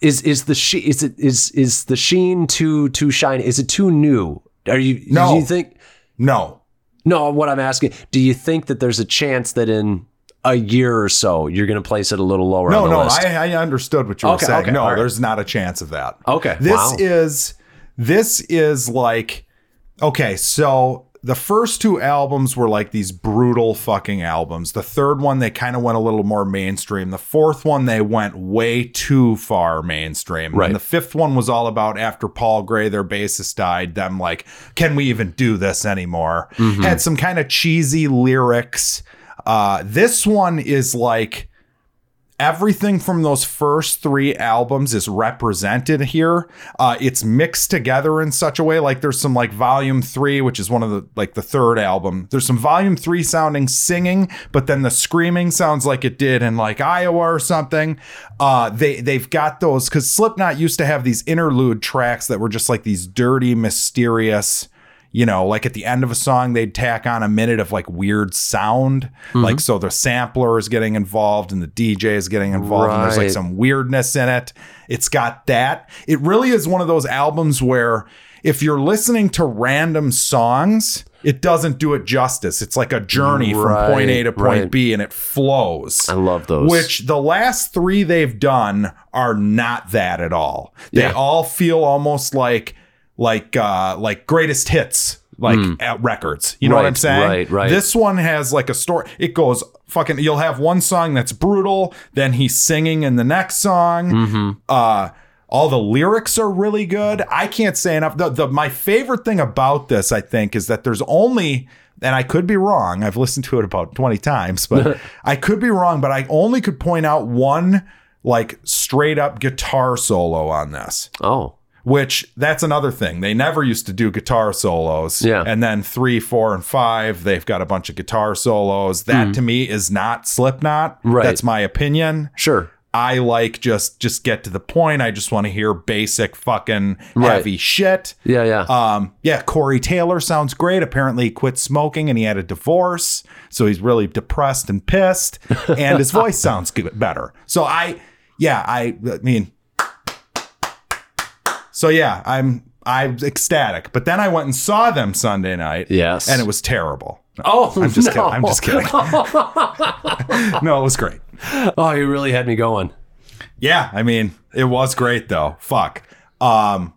Speaker 1: Is is the she is it is is the sheen too too shiny? Is it too new? Are you
Speaker 2: No.
Speaker 1: do you think
Speaker 2: No.
Speaker 1: No, what I'm asking, do you think that there's a chance that in a year or so you're going to place it a little lower
Speaker 2: No,
Speaker 1: on the
Speaker 2: no,
Speaker 1: list?
Speaker 2: I, I understood what you were
Speaker 1: Okay,
Speaker 2: saying.
Speaker 1: okay,
Speaker 2: no,
Speaker 1: all right.
Speaker 2: there's not a chance of that.
Speaker 1: Okay,
Speaker 2: This
Speaker 1: wow.
Speaker 2: is this is like okay, so the first two albums were like these brutal fucking albums. The third one they kind of went a little more mainstream. The fourth one they went way too far mainstream.
Speaker 1: Right.
Speaker 2: And the fifth one was all about after Paul Gray, their bassist died, them like, can we even do this anymore?
Speaker 1: Mm-hmm.
Speaker 2: Had some kind of cheesy lyrics. Uh, this one is like everything from those first three albums is represented here uh it's mixed together in such a way like there's some like volume three which is one of the like the third album there's some volume three sounding singing but then the screaming sounds like it did in like iowa or something uh they they've got those because slipknot used to have these interlude tracks that were just like these dirty mysterious you know, like at the end of a song, they'd tack on a minute of like weird sound.
Speaker 1: Mm-hmm.
Speaker 2: Like, so the sampler is getting involved and the DJ is getting involved, and there's like
Speaker 1: Right.
Speaker 2: some weirdness in it. It's got that. It really is one of those albums where if you're listening to random songs, it doesn't do it justice. It's like a journey from point A to
Speaker 1: Right,
Speaker 2: point
Speaker 1: right.
Speaker 2: B and it flows.
Speaker 1: I love those.
Speaker 2: Which the last three they've done are not that at all. They
Speaker 1: Yeah.
Speaker 2: all feel almost like like uh like greatest hits like
Speaker 1: Hmm.
Speaker 2: at records. You know what I'm
Speaker 1: Right,
Speaker 2: saying?
Speaker 1: right, right.
Speaker 2: This one has like a story. It goes fucking you'll have one song that's brutal, then he's singing in the next song.
Speaker 1: Mm-hmm.
Speaker 2: Uh all the lyrics are really good. I can't say enough. The, the my favorite thing about this, I think, is that there's only and I could be wrong. I've listened to it about 20
Speaker 1: <laughs>
Speaker 2: times, but I could be wrong, but I only could point out one like straight up guitar solo on this
Speaker 1: oh,
Speaker 2: which that's another thing. They never used to do guitar solos.
Speaker 1: Yeah.
Speaker 2: And then three, four, and five, they've got a bunch of guitar solos. That to me is not Slipknot.
Speaker 1: Hmm. Right.
Speaker 2: That's my opinion.
Speaker 1: sure.
Speaker 2: I like just just get to the point. I just want to hear basic fucking
Speaker 1: Right.
Speaker 2: heavy shit.
Speaker 1: Yeah, yeah.
Speaker 2: Um, yeah, Corey Taylor sounds great. Apparently, he quit smoking and he had a divorce, so he's really depressed and pissed. And his voice sounds good, better. So I, yeah, I, I mean, so yeah, I'm I'm ecstatic. But then I went and saw them Sunday night.
Speaker 1: Yes.
Speaker 2: and it was terrible. <laughs>
Speaker 1: oh,
Speaker 2: I'm just
Speaker 1: no.
Speaker 2: kidding. I'm just kidding. no, it was great.
Speaker 1: <laughs> Oh, you really had me going.
Speaker 2: Yeah, I mean, it was great though. Fuck. Um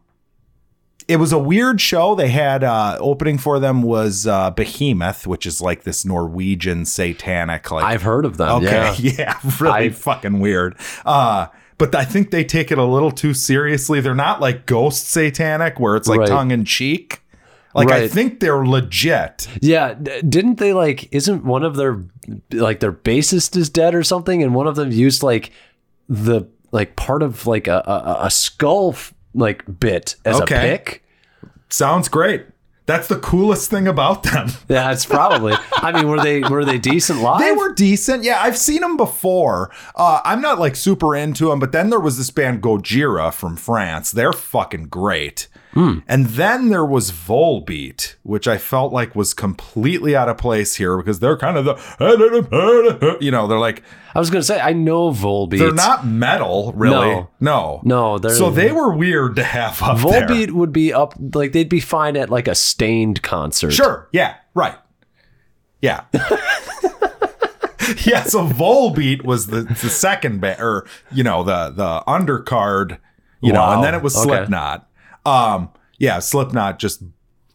Speaker 2: it was a weird show. They had uh opening for them was uh Behemoth, which is like this Norwegian satanic like
Speaker 1: I've heard of them.
Speaker 2: Okay,
Speaker 1: Yeah.
Speaker 2: <laughs> yeah, really
Speaker 1: I-
Speaker 2: fucking weird. Uh but I think they take it a little too seriously. They're not like ghost satanic where it's like
Speaker 1: Right.
Speaker 2: tongue in cheek. Like I
Speaker 1: Right.
Speaker 2: think they're legit.
Speaker 1: Yeah, d- didn't they like? Isn't one of their like their bassist is dead or something, and one of them used like the like part of like a a, a skull f- like bit as
Speaker 2: Okay.
Speaker 1: a pick?
Speaker 2: Sounds great. That's the coolest thing about them.
Speaker 1: Yeah, it's probably. I mean, were they were they decent live?
Speaker 2: They were decent. Yeah, I've seen them before. Uh, I'm not like super into them, but then there was this band Gojira from France. They're fucking great.
Speaker 1: Hmm.
Speaker 2: And then there was Volbeat, which I felt like was completely out of place here because they're kind of the, <laughs> you know, they're like,
Speaker 1: I was gonna say I know Volbeat.
Speaker 2: they're not metal, really. No.
Speaker 1: No. No, they're-
Speaker 2: so they were weird to have up there.
Speaker 1: Volbeat would be up like they'd be fine at like a stained concert.
Speaker 2: Sure. Yeah. Right. Yeah. <laughs> yeah. So Volbeat was the, the second ba- or you know the the undercard, you know, and
Speaker 1: Wow.
Speaker 2: then it was
Speaker 1: Okay.
Speaker 2: Slipknot. Um. Yeah. Slipknot just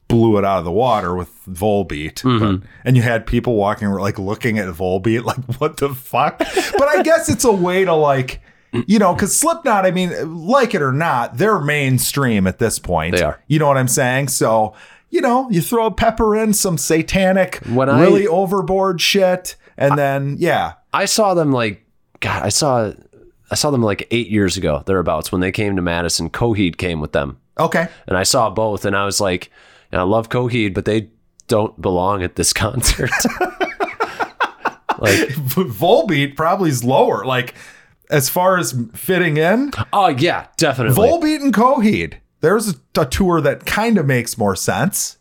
Speaker 2: blew it out of the water with Volbeat,
Speaker 1: Mm-hmm.
Speaker 2: But- and you had people walking around, like looking at Volbeat <laughs> like what the fuck. but I guess it's a way to like. You know, because Slipknot, I mean, like it or not, they're mainstream at this point.
Speaker 1: They are.
Speaker 2: You know what I'm saying? So, you know, you throw a pepper in some satanic,
Speaker 1: When I-
Speaker 2: really overboard shit, and then yeah,
Speaker 1: I saw them like God. I saw I saw them like eight years ago thereabouts when they came to Madison. Coheed came with them.
Speaker 2: okay, <laughs>
Speaker 1: and I saw both, and I was like, and I love Coheed, but they don't belong at this <laughs> concert. like,
Speaker 2: Volbeat probably is lower. Like as far as fitting in,
Speaker 1: oh yeah, definitely.
Speaker 2: Volbeat and Coheed. There's a, a tour that kind of makes more sense,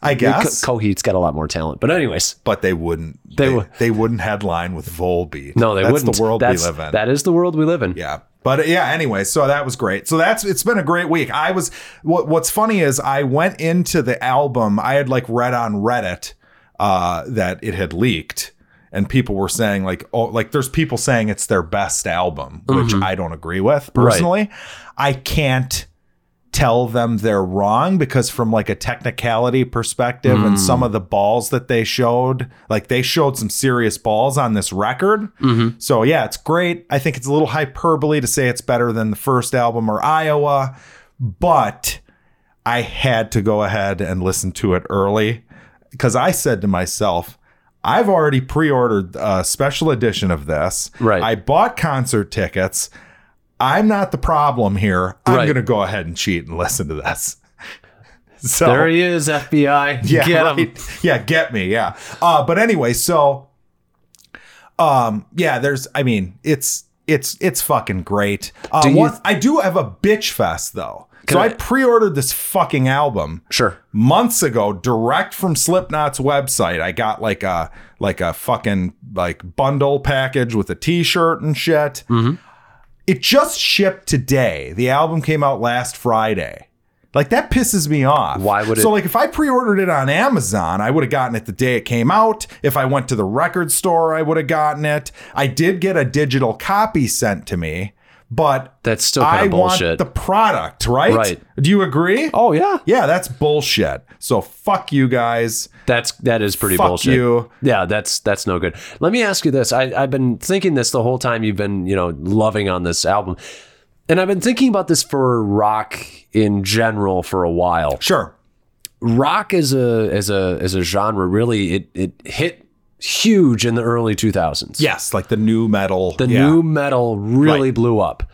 Speaker 2: I guess.
Speaker 1: Co- Coheed's got a lot more talent, but anyways,
Speaker 2: but they wouldn't. They,
Speaker 1: They
Speaker 2: they,
Speaker 1: would-
Speaker 2: wouldn't headline with Volbeat.
Speaker 1: no, they
Speaker 2: That's
Speaker 1: wouldn't.
Speaker 2: the world
Speaker 1: That's-
Speaker 2: we live in.
Speaker 1: That is the world we live in.
Speaker 2: Yeah. But uh, yeah, anyway, so that was great. So that's it's been a great week. I was what what's funny is I went into the album. I had like read on Reddit uh that it had leaked and people were saying like oh like there's people saying it's their best album, which I don't agree with personally. I can't tell them they're wrong because from like a technicality perspective and some of the balls that they showed like they showed some serious balls on this record
Speaker 1: Mm-hmm.
Speaker 2: so yeah it's great i think it's a little hyperbole to say it's better than the first album or iowa but i had to go ahead and listen to it early because i said to myself I've already pre-ordered a special edition of this.
Speaker 1: Right.
Speaker 2: I bought concert tickets. I'm not the problem here. I'm
Speaker 1: Right.
Speaker 2: going to go ahead and cheat and listen to this. <laughs> So
Speaker 1: There he is, FBI.
Speaker 2: <laughs> yeah,
Speaker 1: Get him.
Speaker 2: right. Yeah, get me. Yeah. Uh, but anyway, so um, yeah, there's. I mean, it's it's it's fucking great. Uh,
Speaker 1: Do you-
Speaker 2: one- I do have a bitch fest though.
Speaker 1: Can
Speaker 2: So
Speaker 1: I-
Speaker 2: I pre-ordered this fucking album
Speaker 1: Sure.
Speaker 2: months ago direct from Slipknot's website. I got like a like a fucking like bundle package with a t-shirt and shit.
Speaker 1: Mm-hmm.
Speaker 2: It just shipped today. The album came out last Friday. Like that pisses me off.
Speaker 1: Why would it-
Speaker 2: So like if I pre-ordered it on Amazon, I would have gotten it the day it came out. If I went to the record store, I would have gotten it. I did get a digital copy sent to me, but
Speaker 1: That's still kind
Speaker 2: I
Speaker 1: of
Speaker 2: want
Speaker 1: bullshit.
Speaker 2: the product, right?
Speaker 1: Right.
Speaker 2: Do you agree?
Speaker 1: oh yeah.
Speaker 2: Yeah, that's bullshit. So fuck you guys.
Speaker 1: That's that is pretty
Speaker 2: Fuck
Speaker 1: bullshit.
Speaker 2: you.
Speaker 1: Yeah, that's that's no good. Let me ask you this. I, I've been thinking this the whole time you've been, you know, loving on this album. And I've been thinking about this for rock in general for a while.
Speaker 2: Sure.
Speaker 1: Rock as a as a as a genre really it it hit huge in the early two thousands.
Speaker 2: Yes, like the new metal.
Speaker 1: The
Speaker 2: yeah.
Speaker 1: new metal really
Speaker 2: Right.
Speaker 1: blew up.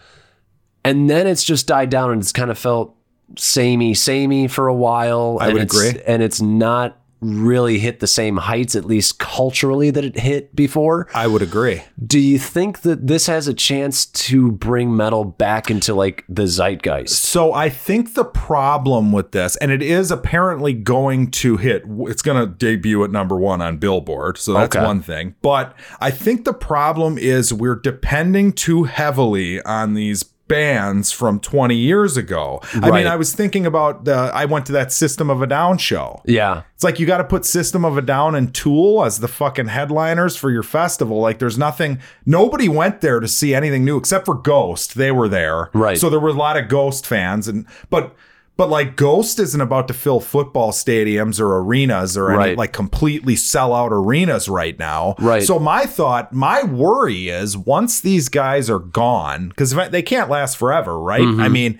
Speaker 1: And then it's just died down and it's kind of felt samey, samey for a while.
Speaker 2: I
Speaker 1: and
Speaker 2: would
Speaker 1: it's,
Speaker 2: agree.
Speaker 1: And it's not really hit the same heights, at least culturally, that it hit before.
Speaker 2: I would agree.
Speaker 1: Do you think that this has a chance to bring metal back into like the zeitgeist?
Speaker 2: So I think the problem with this, and it is apparently going to hit, it's going to debut at number one on Billboard. So that's
Speaker 1: Okay.
Speaker 2: one thing. But I think the problem is we're depending too heavily on these bands from 20 years ago. I
Speaker 1: Right.
Speaker 2: mean, I was thinking about, the, I went to that System of a Down show.
Speaker 1: Yeah.
Speaker 2: It's like you got to put System of a Down and Tool as the fucking headliners for your festival. Like there's nothing, nobody went there to see anything new except for Ghost. They were there.
Speaker 1: Right.
Speaker 2: So there were a lot of Ghost fans. And, but, but like Ghost isn't about to fill football stadiums or arenas or any,
Speaker 1: Right.
Speaker 2: like completely sell out arenas right now.
Speaker 1: Right.
Speaker 2: So my thought, my worry is once these guys are gone, because they can't last forever, right?
Speaker 1: Mm-hmm.
Speaker 2: I mean,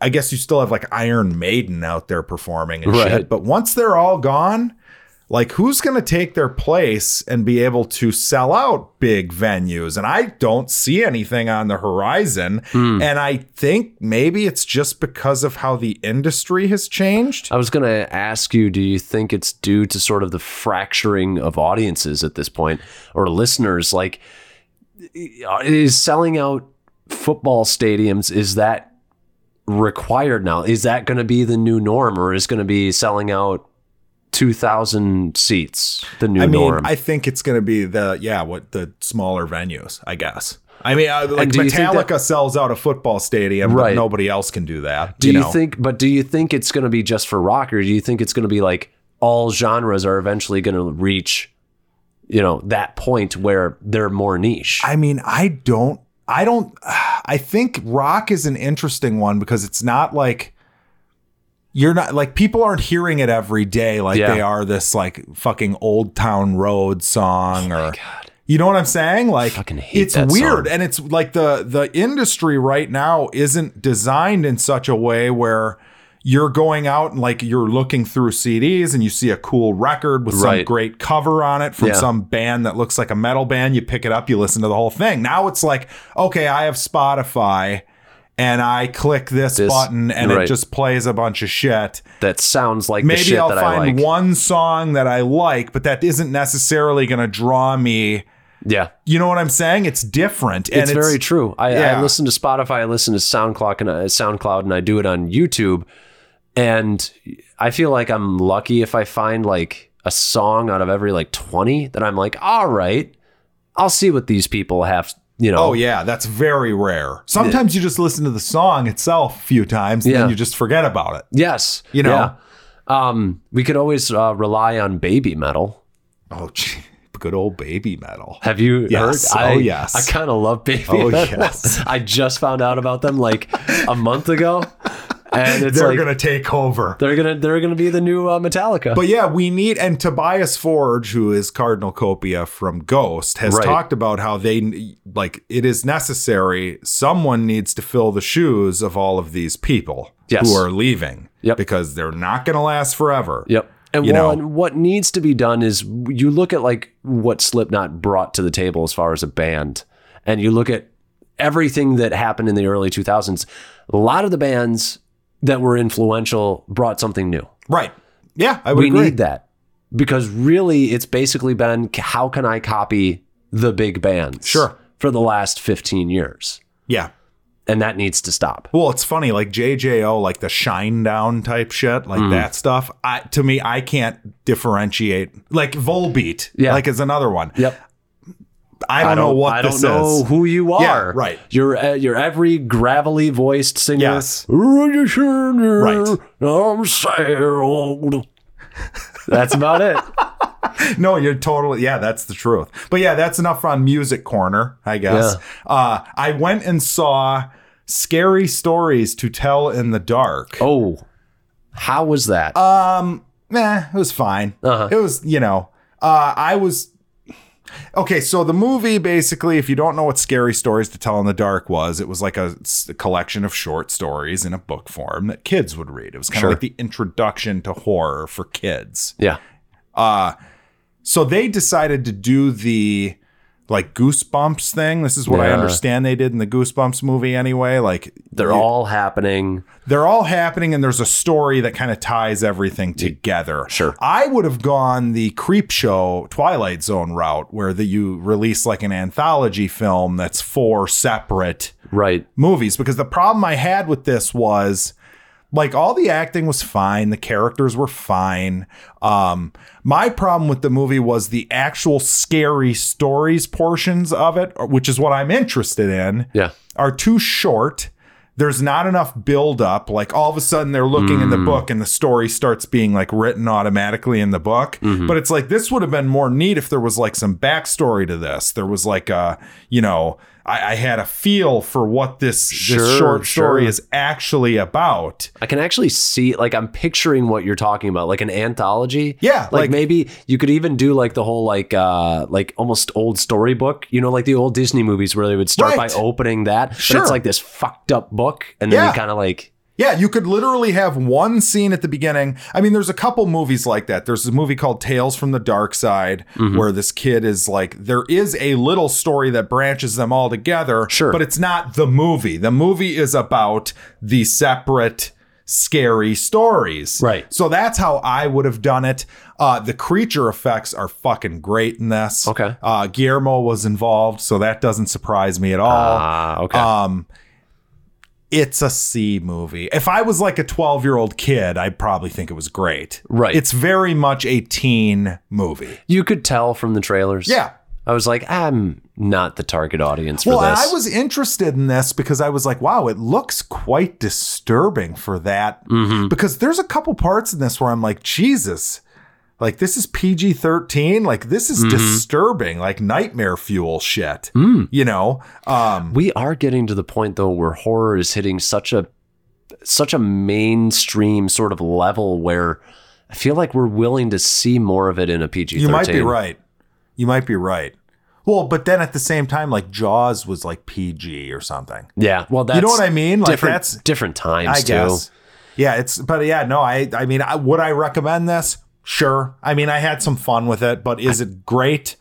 Speaker 2: I guess you still have like Iron Maiden out there performing and
Speaker 1: Right.
Speaker 2: shit. But once they're all gone, like who's going to take their place and be able to sell out big venues? And I don't see anything on the horizon.
Speaker 1: Hmm.
Speaker 2: And I think maybe it's just because of how the industry has changed.
Speaker 1: I was going to ask you do you think it's due to sort of the fracturing of audiences at this point or listeners like is selling out football stadiums is that required now is that going to be the new norm or is going to be selling out 2000 seats the new
Speaker 2: I mean,
Speaker 1: norm
Speaker 2: I think it's going to be the yeah, what the smaller venues, I guess. I mean, uh, like
Speaker 1: do you think
Speaker 2: Metallica sells out a football stadium,
Speaker 1: Right.
Speaker 2: but nobody else can do that.
Speaker 1: do you,
Speaker 2: know?
Speaker 1: think but do you think it's going to be just for rock or do you think it's going to be like all genres are eventually going to reach you know that point where they're more niche
Speaker 2: I mean, I don't, I don't, <sighs> I think rock is an interesting one because it's not like you're not like people aren't hearing it every day like
Speaker 1: Yeah.
Speaker 2: they are this like fucking old town road song or you know what I'm saying? Like
Speaker 1: fucking hate
Speaker 2: it's
Speaker 1: that
Speaker 2: weird
Speaker 1: song.
Speaker 2: and it's like the the industry right now isn't designed in such a way where you're going out and like you're looking through CDs and you see a cool record with some
Speaker 1: Right.
Speaker 2: great cover on it from
Speaker 1: Yeah.
Speaker 2: some band that looks like a metal band. You pick it up, you listen to the whole thing. Now it's like, okay, I have Spotify and I click this,
Speaker 1: This-
Speaker 2: button and
Speaker 1: right.
Speaker 2: it just plays a bunch of shit.
Speaker 1: that sounds like the
Speaker 2: Maybe
Speaker 1: shit
Speaker 2: I'll
Speaker 1: that I
Speaker 2: find
Speaker 1: like.
Speaker 2: one song that I like, but that isn't necessarily going to draw me.
Speaker 1: Yeah,
Speaker 2: You know what I'm saying? It's different. And
Speaker 1: it's, very true. I, I
Speaker 2: Yeah.
Speaker 1: listen to Spotify, I listen to SoundCloud, and I, SoundCloud, and I do it on YouTube. And I feel like I'm lucky if I find like a song out of every like 20 that I'm like, all right, I'll see what these people have. You know,
Speaker 2: Oh yeah, that's very rare. Sometimes you just listen to the song itself a few times and
Speaker 1: Yeah.
Speaker 2: then you just forget about it.
Speaker 1: yes,
Speaker 2: You know.
Speaker 1: Yeah. Um, we could always uh, rely on baby metal.
Speaker 2: Oh, <laughs> gee, good old baby metal.
Speaker 1: Have you
Speaker 2: Yes.
Speaker 1: heard?
Speaker 2: Oh,
Speaker 1: I,
Speaker 2: yes.
Speaker 1: I kind of love Baby.
Speaker 2: Oh,
Speaker 1: Metal.
Speaker 2: yes.
Speaker 1: <laughs> I just found out about them like a month ago, and it's
Speaker 2: They're
Speaker 1: like
Speaker 2: gonna take over.
Speaker 1: they're gonna they're gonna be the new uh, Metallica.
Speaker 2: But yeah, we need and Tobias Forge, who is Cardinal Copia from Ghost, has
Speaker 1: Right.
Speaker 2: talked about how they like it is necessary. Someone needs to fill the shoes of all of these people
Speaker 1: Yes.
Speaker 2: who are leaving
Speaker 1: Yep.
Speaker 2: because they're not going to last forever.
Speaker 1: yep. And
Speaker 2: you
Speaker 1: well,
Speaker 2: know.
Speaker 1: and what needs to be done is you look at like what Slipknot brought to the table as far as a band, and you look at everything that happened in the early 2000s. A lot of the bands that were influential brought something new.
Speaker 2: Right. Yeah, I would
Speaker 1: We
Speaker 2: agree.
Speaker 1: need that because really, it's basically been c- how can I copy the big bands?
Speaker 2: Sure.
Speaker 1: For the last 15 years,
Speaker 2: Yeah.
Speaker 1: and that needs to stop.
Speaker 2: Well, it's funny, like JJO, like the shine down type shit,
Speaker 1: Hmm.
Speaker 2: like that stuff. I to me, I can't differentiate. Like Volbeat,
Speaker 1: Yeah.
Speaker 2: like is another one.
Speaker 1: Yep.
Speaker 2: I don't, know what
Speaker 1: I
Speaker 2: this
Speaker 1: don't know
Speaker 2: is.
Speaker 1: who you are.
Speaker 2: Yeah, right.
Speaker 1: You're uh, you're every gravelly voiced singer.
Speaker 2: Yes.
Speaker 1: Right. I'm sailed. That's about
Speaker 2: <laughs>
Speaker 1: it.
Speaker 2: <laughs> No, you're totally yeah, that's the truth. But yeah, that's enough on music corner, I guess. Uh I went and saw Scary Stories to Tell in the Dark.
Speaker 1: Oh, how was that?
Speaker 2: Um, nah, it was fine.
Speaker 1: Uh-huh.
Speaker 2: It was, you know, uh, I was. Okay, so the movie basically, if you don't know what Scary Stories to Tell in the Dark was, it was like a, s- a collection of short stories in a book form that kids would read. It was kind
Speaker 1: Sure.
Speaker 2: of like the introduction to horror for kids.
Speaker 1: yeah.
Speaker 2: Uh, so they decided to do the like Goosebumps thing. This is what I
Speaker 1: Yeah.
Speaker 2: understand they did in the Goosebumps movie anyway. Like
Speaker 1: They're
Speaker 2: you-
Speaker 1: all happening.
Speaker 2: they're all happening and there's a story that kind of ties everything together.
Speaker 1: Sure.
Speaker 2: I would have gone the creep show Twilight Zone route where the, you release like an anthology film that's four separate
Speaker 1: Right.
Speaker 2: movies because the problem I had with this was like all the acting was fine, the characters were fine. Um my problem with the movie was the actual scary stories portions of it, which is what I'm interested in
Speaker 1: Yeah.
Speaker 2: are too short. There's not enough buildup. Like all of a sudden they're looking in the
Speaker 1: Mm.
Speaker 2: book and the story starts being like written automatically in the book.
Speaker 1: Mm-hmm.
Speaker 2: But it's like this would have been more neat if there was like some backstory to this. There was like a, you know, I, I had a feel for what this, this
Speaker 1: Sure,
Speaker 2: short story
Speaker 1: sure.
Speaker 2: is actually about.
Speaker 1: I can actually see, like, I'm picturing what you're talking about, like an anthology.
Speaker 2: Yeah,
Speaker 1: like,
Speaker 2: like-
Speaker 1: maybe you could even do like the whole like, uh, like almost old storybook. You know, like the old Disney movies where they would start
Speaker 2: Right.
Speaker 1: by opening that, but
Speaker 2: Sure.
Speaker 1: it's like this fucked up book, and then
Speaker 2: Yeah.
Speaker 1: you kind of like,
Speaker 2: Yeah, you could literally have one scene at the beginning. I mean, there's a couple movies like that. There's a movie called Tales from the Dark Side,
Speaker 1: Mm-hmm.
Speaker 2: where this kid is like, there is a little story that branches them all together.
Speaker 1: Sure.
Speaker 2: But it's not the movie. The movie is about the separate scary stories.
Speaker 1: Right.
Speaker 2: So that's how I would have done it. Uh, the creature effects are fucking great in this.
Speaker 1: Okay.
Speaker 2: Uh, Guillermo was involved, so that doesn't surprise me at all.
Speaker 1: ah, okay,
Speaker 2: Um, it's a C movie. If I was like a 12 year old kid, I'd probably think it was great.
Speaker 1: Right.
Speaker 2: It's very much a teen movie.
Speaker 1: You could tell from the trailers.
Speaker 2: Yeah.
Speaker 1: I was like, I'm not the target audience for
Speaker 2: Well, and
Speaker 1: this.
Speaker 2: I was interested in this because I was like, wow, it looks quite disturbing for that.
Speaker 1: Mm-hmm.
Speaker 2: Because there's a couple parts in this where I'm like, Jesus, like this is PG 13. Like this is disturbing, like nightmare fuel shit, you know? Um,
Speaker 1: we are getting to the point though where horror is hitting such a such a mainstream sort of level where I feel like we're willing to see more of it in a PG.
Speaker 2: You might be right. You might be right. Well, but then at the same time, like Jaws was like PG or something.
Speaker 1: Yeah. Well, that's
Speaker 2: You know what I mean? Like
Speaker 1: different
Speaker 2: that's
Speaker 1: different times
Speaker 2: I
Speaker 1: too.
Speaker 2: guess. Yeah, it's but yeah, no, I I mean, I, would I recommend this? Sure. I mean, I had some fun with it, but is it great?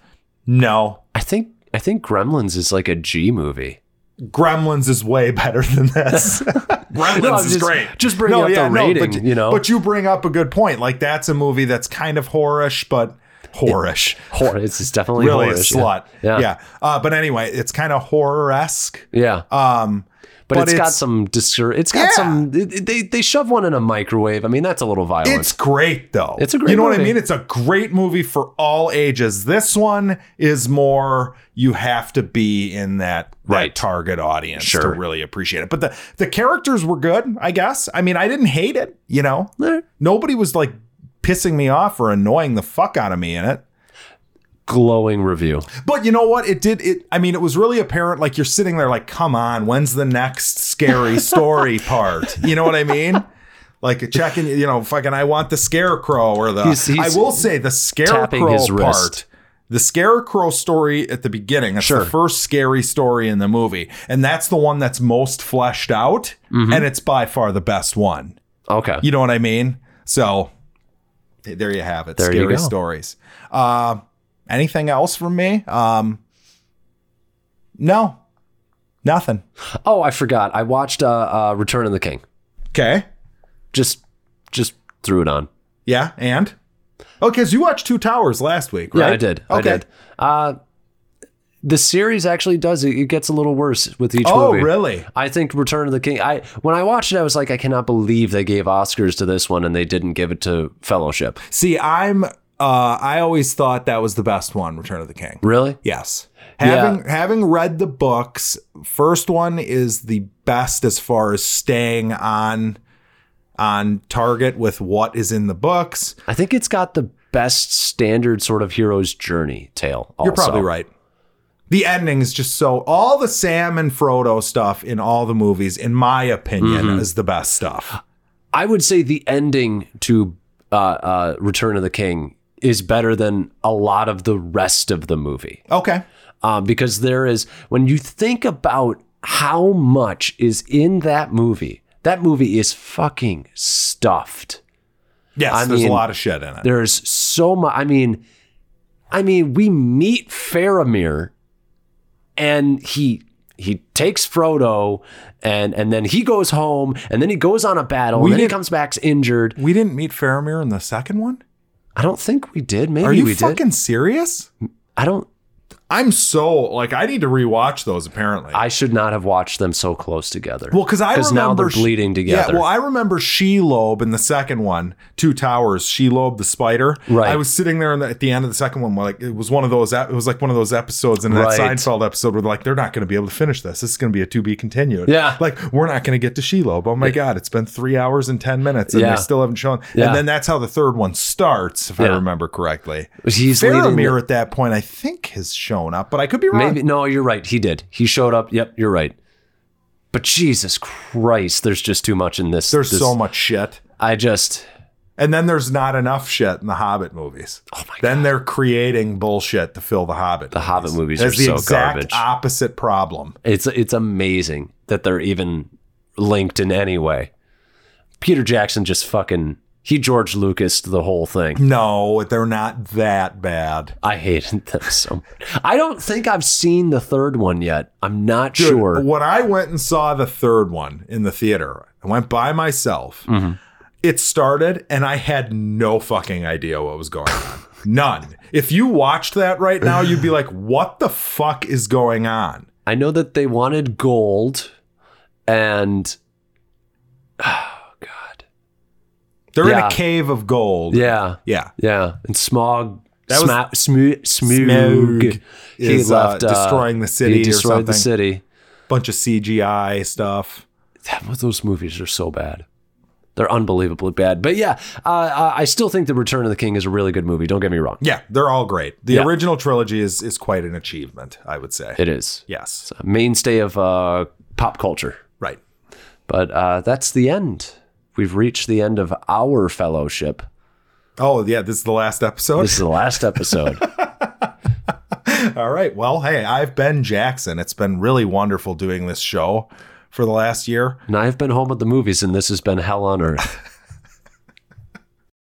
Speaker 2: No.
Speaker 1: I think I think Gremlins is like a G movie.
Speaker 2: Gremlins is way <laughs> better than
Speaker 1: <laughs>
Speaker 2: this. Gremlins
Speaker 1: No, I'm just- just bringing up the rating,
Speaker 2: but,
Speaker 1: you know?
Speaker 2: But you bring up a good point. Like that's a movie that's kind of horrorish, but horrorish.
Speaker 1: Horror. It's, it's definitely
Speaker 2: really
Speaker 1: horror-ish,
Speaker 2: a slut.
Speaker 1: Yeah.
Speaker 2: Yeah. Uh, but anyway, it's kind of horror esque.
Speaker 1: Yeah.
Speaker 2: Um,
Speaker 1: but, it's got
Speaker 2: it's-
Speaker 1: some discur- It's got
Speaker 2: Yeah.
Speaker 1: some. They they shove one in a microwave. I mean, that's a little violent.
Speaker 2: it's great though.
Speaker 1: It's a great
Speaker 2: You know what I
Speaker 1: movie.
Speaker 2: mean? It's a great movie for all ages. This one is more you have to be in that, that
Speaker 1: Right.
Speaker 2: target audience to
Speaker 1: Sure.
Speaker 2: really appreciate it. But the the characters were good, I guess. I mean, I didn't hate it. You know,
Speaker 1: Eh.
Speaker 2: nobody was like pissing me off or annoying the fuck out of me in it.
Speaker 1: glowing review.
Speaker 2: But you know what? It did it. I mean, it was really apparent. Like you're sitting there, like, come on, when's the next
Speaker 1: <laughs>
Speaker 2: scary story part? You know what I mean? Like checking, you know, fucking. I want the scarecrow or the.
Speaker 1: He's- he's
Speaker 2: I will say the
Speaker 1: tapping
Speaker 2: scarecrow
Speaker 1: his
Speaker 2: part.
Speaker 1: wrist.
Speaker 2: The scarecrow story at the beginning. That's
Speaker 1: Sure.
Speaker 2: the first scary story in the movie, and that's the one that's most fleshed
Speaker 1: Mm-hmm.
Speaker 2: out, and it's by far the best one.
Speaker 1: Okay.
Speaker 2: You know what I mean? So there you have it.
Speaker 1: There you
Speaker 2: Scary
Speaker 1: go.
Speaker 2: stories. Uh, anything else from me? Um, no, nothing.
Speaker 1: Oh, I forgot. I watched uh, uh, Return of the King.
Speaker 2: Okay.
Speaker 1: Just, just threw it on.
Speaker 2: Yeah, and oh, because you watched Two Towers last week, right?
Speaker 1: Yeah, I did. I did. Uh, the series actually does it. It gets a little worse with each
Speaker 2: Oh,
Speaker 1: movie.
Speaker 2: really?
Speaker 1: I think Return of the King. I when I watched it, I was like, I cannot believe they gave Oscars to this one and they didn't give it to Fellowship.
Speaker 2: See, I'm. Uh, I always thought that was the best one, Return of the King.
Speaker 1: Really?
Speaker 2: Yes.
Speaker 1: Yeah.
Speaker 2: Having having read the books, first one is the best as far as staying on on target with what is in the books.
Speaker 1: I think it's got the best standard sort of hero's journey tale. Also.
Speaker 2: You're probably right. The ending is just so all the Sam and Frodo stuff in all the movies, in my opinion,
Speaker 1: Mm-hmm.
Speaker 2: is the best stuff.
Speaker 1: I would say the ending to uh, uh, Return of the King is better than a lot of the rest of the movie.
Speaker 2: Okay.
Speaker 1: uh, because there is when you think about how much is in that movie that movie is fucking stuffed
Speaker 2: Yes,
Speaker 1: I
Speaker 2: there's
Speaker 1: mean,
Speaker 2: a lot of shit in it.
Speaker 1: there's so much i mean i mean we meet faramir and he he takes frodo and and then he goes home and then he goes on a battle
Speaker 2: We
Speaker 1: and then he
Speaker 2: didn't-
Speaker 1: comes back injured
Speaker 2: We didn't meet Faramir in the second one?
Speaker 1: i don't think we did maybe
Speaker 2: Are you
Speaker 1: we
Speaker 2: fucking
Speaker 1: did
Speaker 2: serious?
Speaker 1: i don't
Speaker 2: I'm so like I need to rewatch those apparently.
Speaker 1: i should not have watched them so close together
Speaker 2: Well, because I remember
Speaker 1: now they're
Speaker 2: she-
Speaker 1: bleeding together
Speaker 2: Yeah, well, I remember Shelob in the second one, Two Towers. Shelob the spider.
Speaker 1: Right.
Speaker 2: I was sitting there in the, at the end of the second one, like it was one of those. ep- It was like one of those episodes in that
Speaker 1: Right.
Speaker 2: Seinfeld episode where like they're not going to be able to finish this. This is going to be a to be continued.
Speaker 1: Yeah.
Speaker 2: Like we're not going to get to Shelob. Oh my god, it's been three hours and ten minutes, and
Speaker 1: Yeah.
Speaker 2: they still haven't shown.
Speaker 1: Yeah.
Speaker 2: And then that's how the third one starts, if
Speaker 1: Yeah.
Speaker 2: I remember correctly.
Speaker 1: he's leading the-
Speaker 2: Faramir at that point, I think, has shown up, but I could be wrong.
Speaker 1: Maybe no, you're right. He did. He showed up. Yep, you're right. But Jesus Christ, there's just too much in this.
Speaker 2: There's
Speaker 1: this-
Speaker 2: so much shit.
Speaker 1: I just
Speaker 2: And then there's not enough shit in the Hobbit movies.
Speaker 1: Oh my
Speaker 2: Then they're creating bullshit to fill the Hobbit. The
Speaker 1: Hobbit movies
Speaker 2: That's
Speaker 1: are
Speaker 2: the
Speaker 1: so
Speaker 2: exact
Speaker 1: garbage.
Speaker 2: opposite problem.
Speaker 1: it's it's amazing that they're even linked in any way. Peter Jackson just fucking he George Lucas the whole
Speaker 2: Mm.
Speaker 1: thing.
Speaker 2: No, they're not that bad.
Speaker 1: I hated <laughs> them so. Much. I don't think I've seen the third one yet. I'm not
Speaker 2: Dude,
Speaker 1: sure.
Speaker 2: When I went and saw the third one in the theater, I went by myself.
Speaker 1: Mm-hmm.
Speaker 2: It started, and I had no fucking idea what was going
Speaker 1: <laughs>
Speaker 2: on. None. If you watched that right now, you'd be like, "What the fuck is going on?"
Speaker 1: I know that they wanted gold, and <sighs> oh god,
Speaker 2: They're in
Speaker 1: Yeah.
Speaker 2: a cave of gold.
Speaker 1: yeah.
Speaker 2: Yeah.
Speaker 1: Yeah, and Smog.
Speaker 2: That was-
Speaker 1: Sma- Smoo- Smoog.
Speaker 2: Smoog is, uh, destroying the city
Speaker 1: He
Speaker 2: or
Speaker 1: destroyed the
Speaker 2: something.
Speaker 1: city.
Speaker 2: bunch of CGI stuff.
Speaker 1: That, those movies are so bad. They're unbelievably bad. But yeah, uh, uh, I still think The Return of the King is a really good movie. Don't get me wrong.
Speaker 2: Yeah, they're all great. The
Speaker 1: Yeah.
Speaker 2: original trilogy is is quite an achievement, I would say.
Speaker 1: It is.
Speaker 2: yes.
Speaker 1: It's a mainstay of uh, pop culture.
Speaker 2: Right.
Speaker 1: But uh, that's the end. We've reached the end of our fellowship.
Speaker 2: Oh, yeah, this is the last episode.
Speaker 1: This is the last
Speaker 2: <laughs>
Speaker 1: episode.
Speaker 2: all right. Well, hey, I've been Jackson. It's been really wonderful doing this show for the last year.
Speaker 1: and I've been home at the movies, and this has been hell on earth.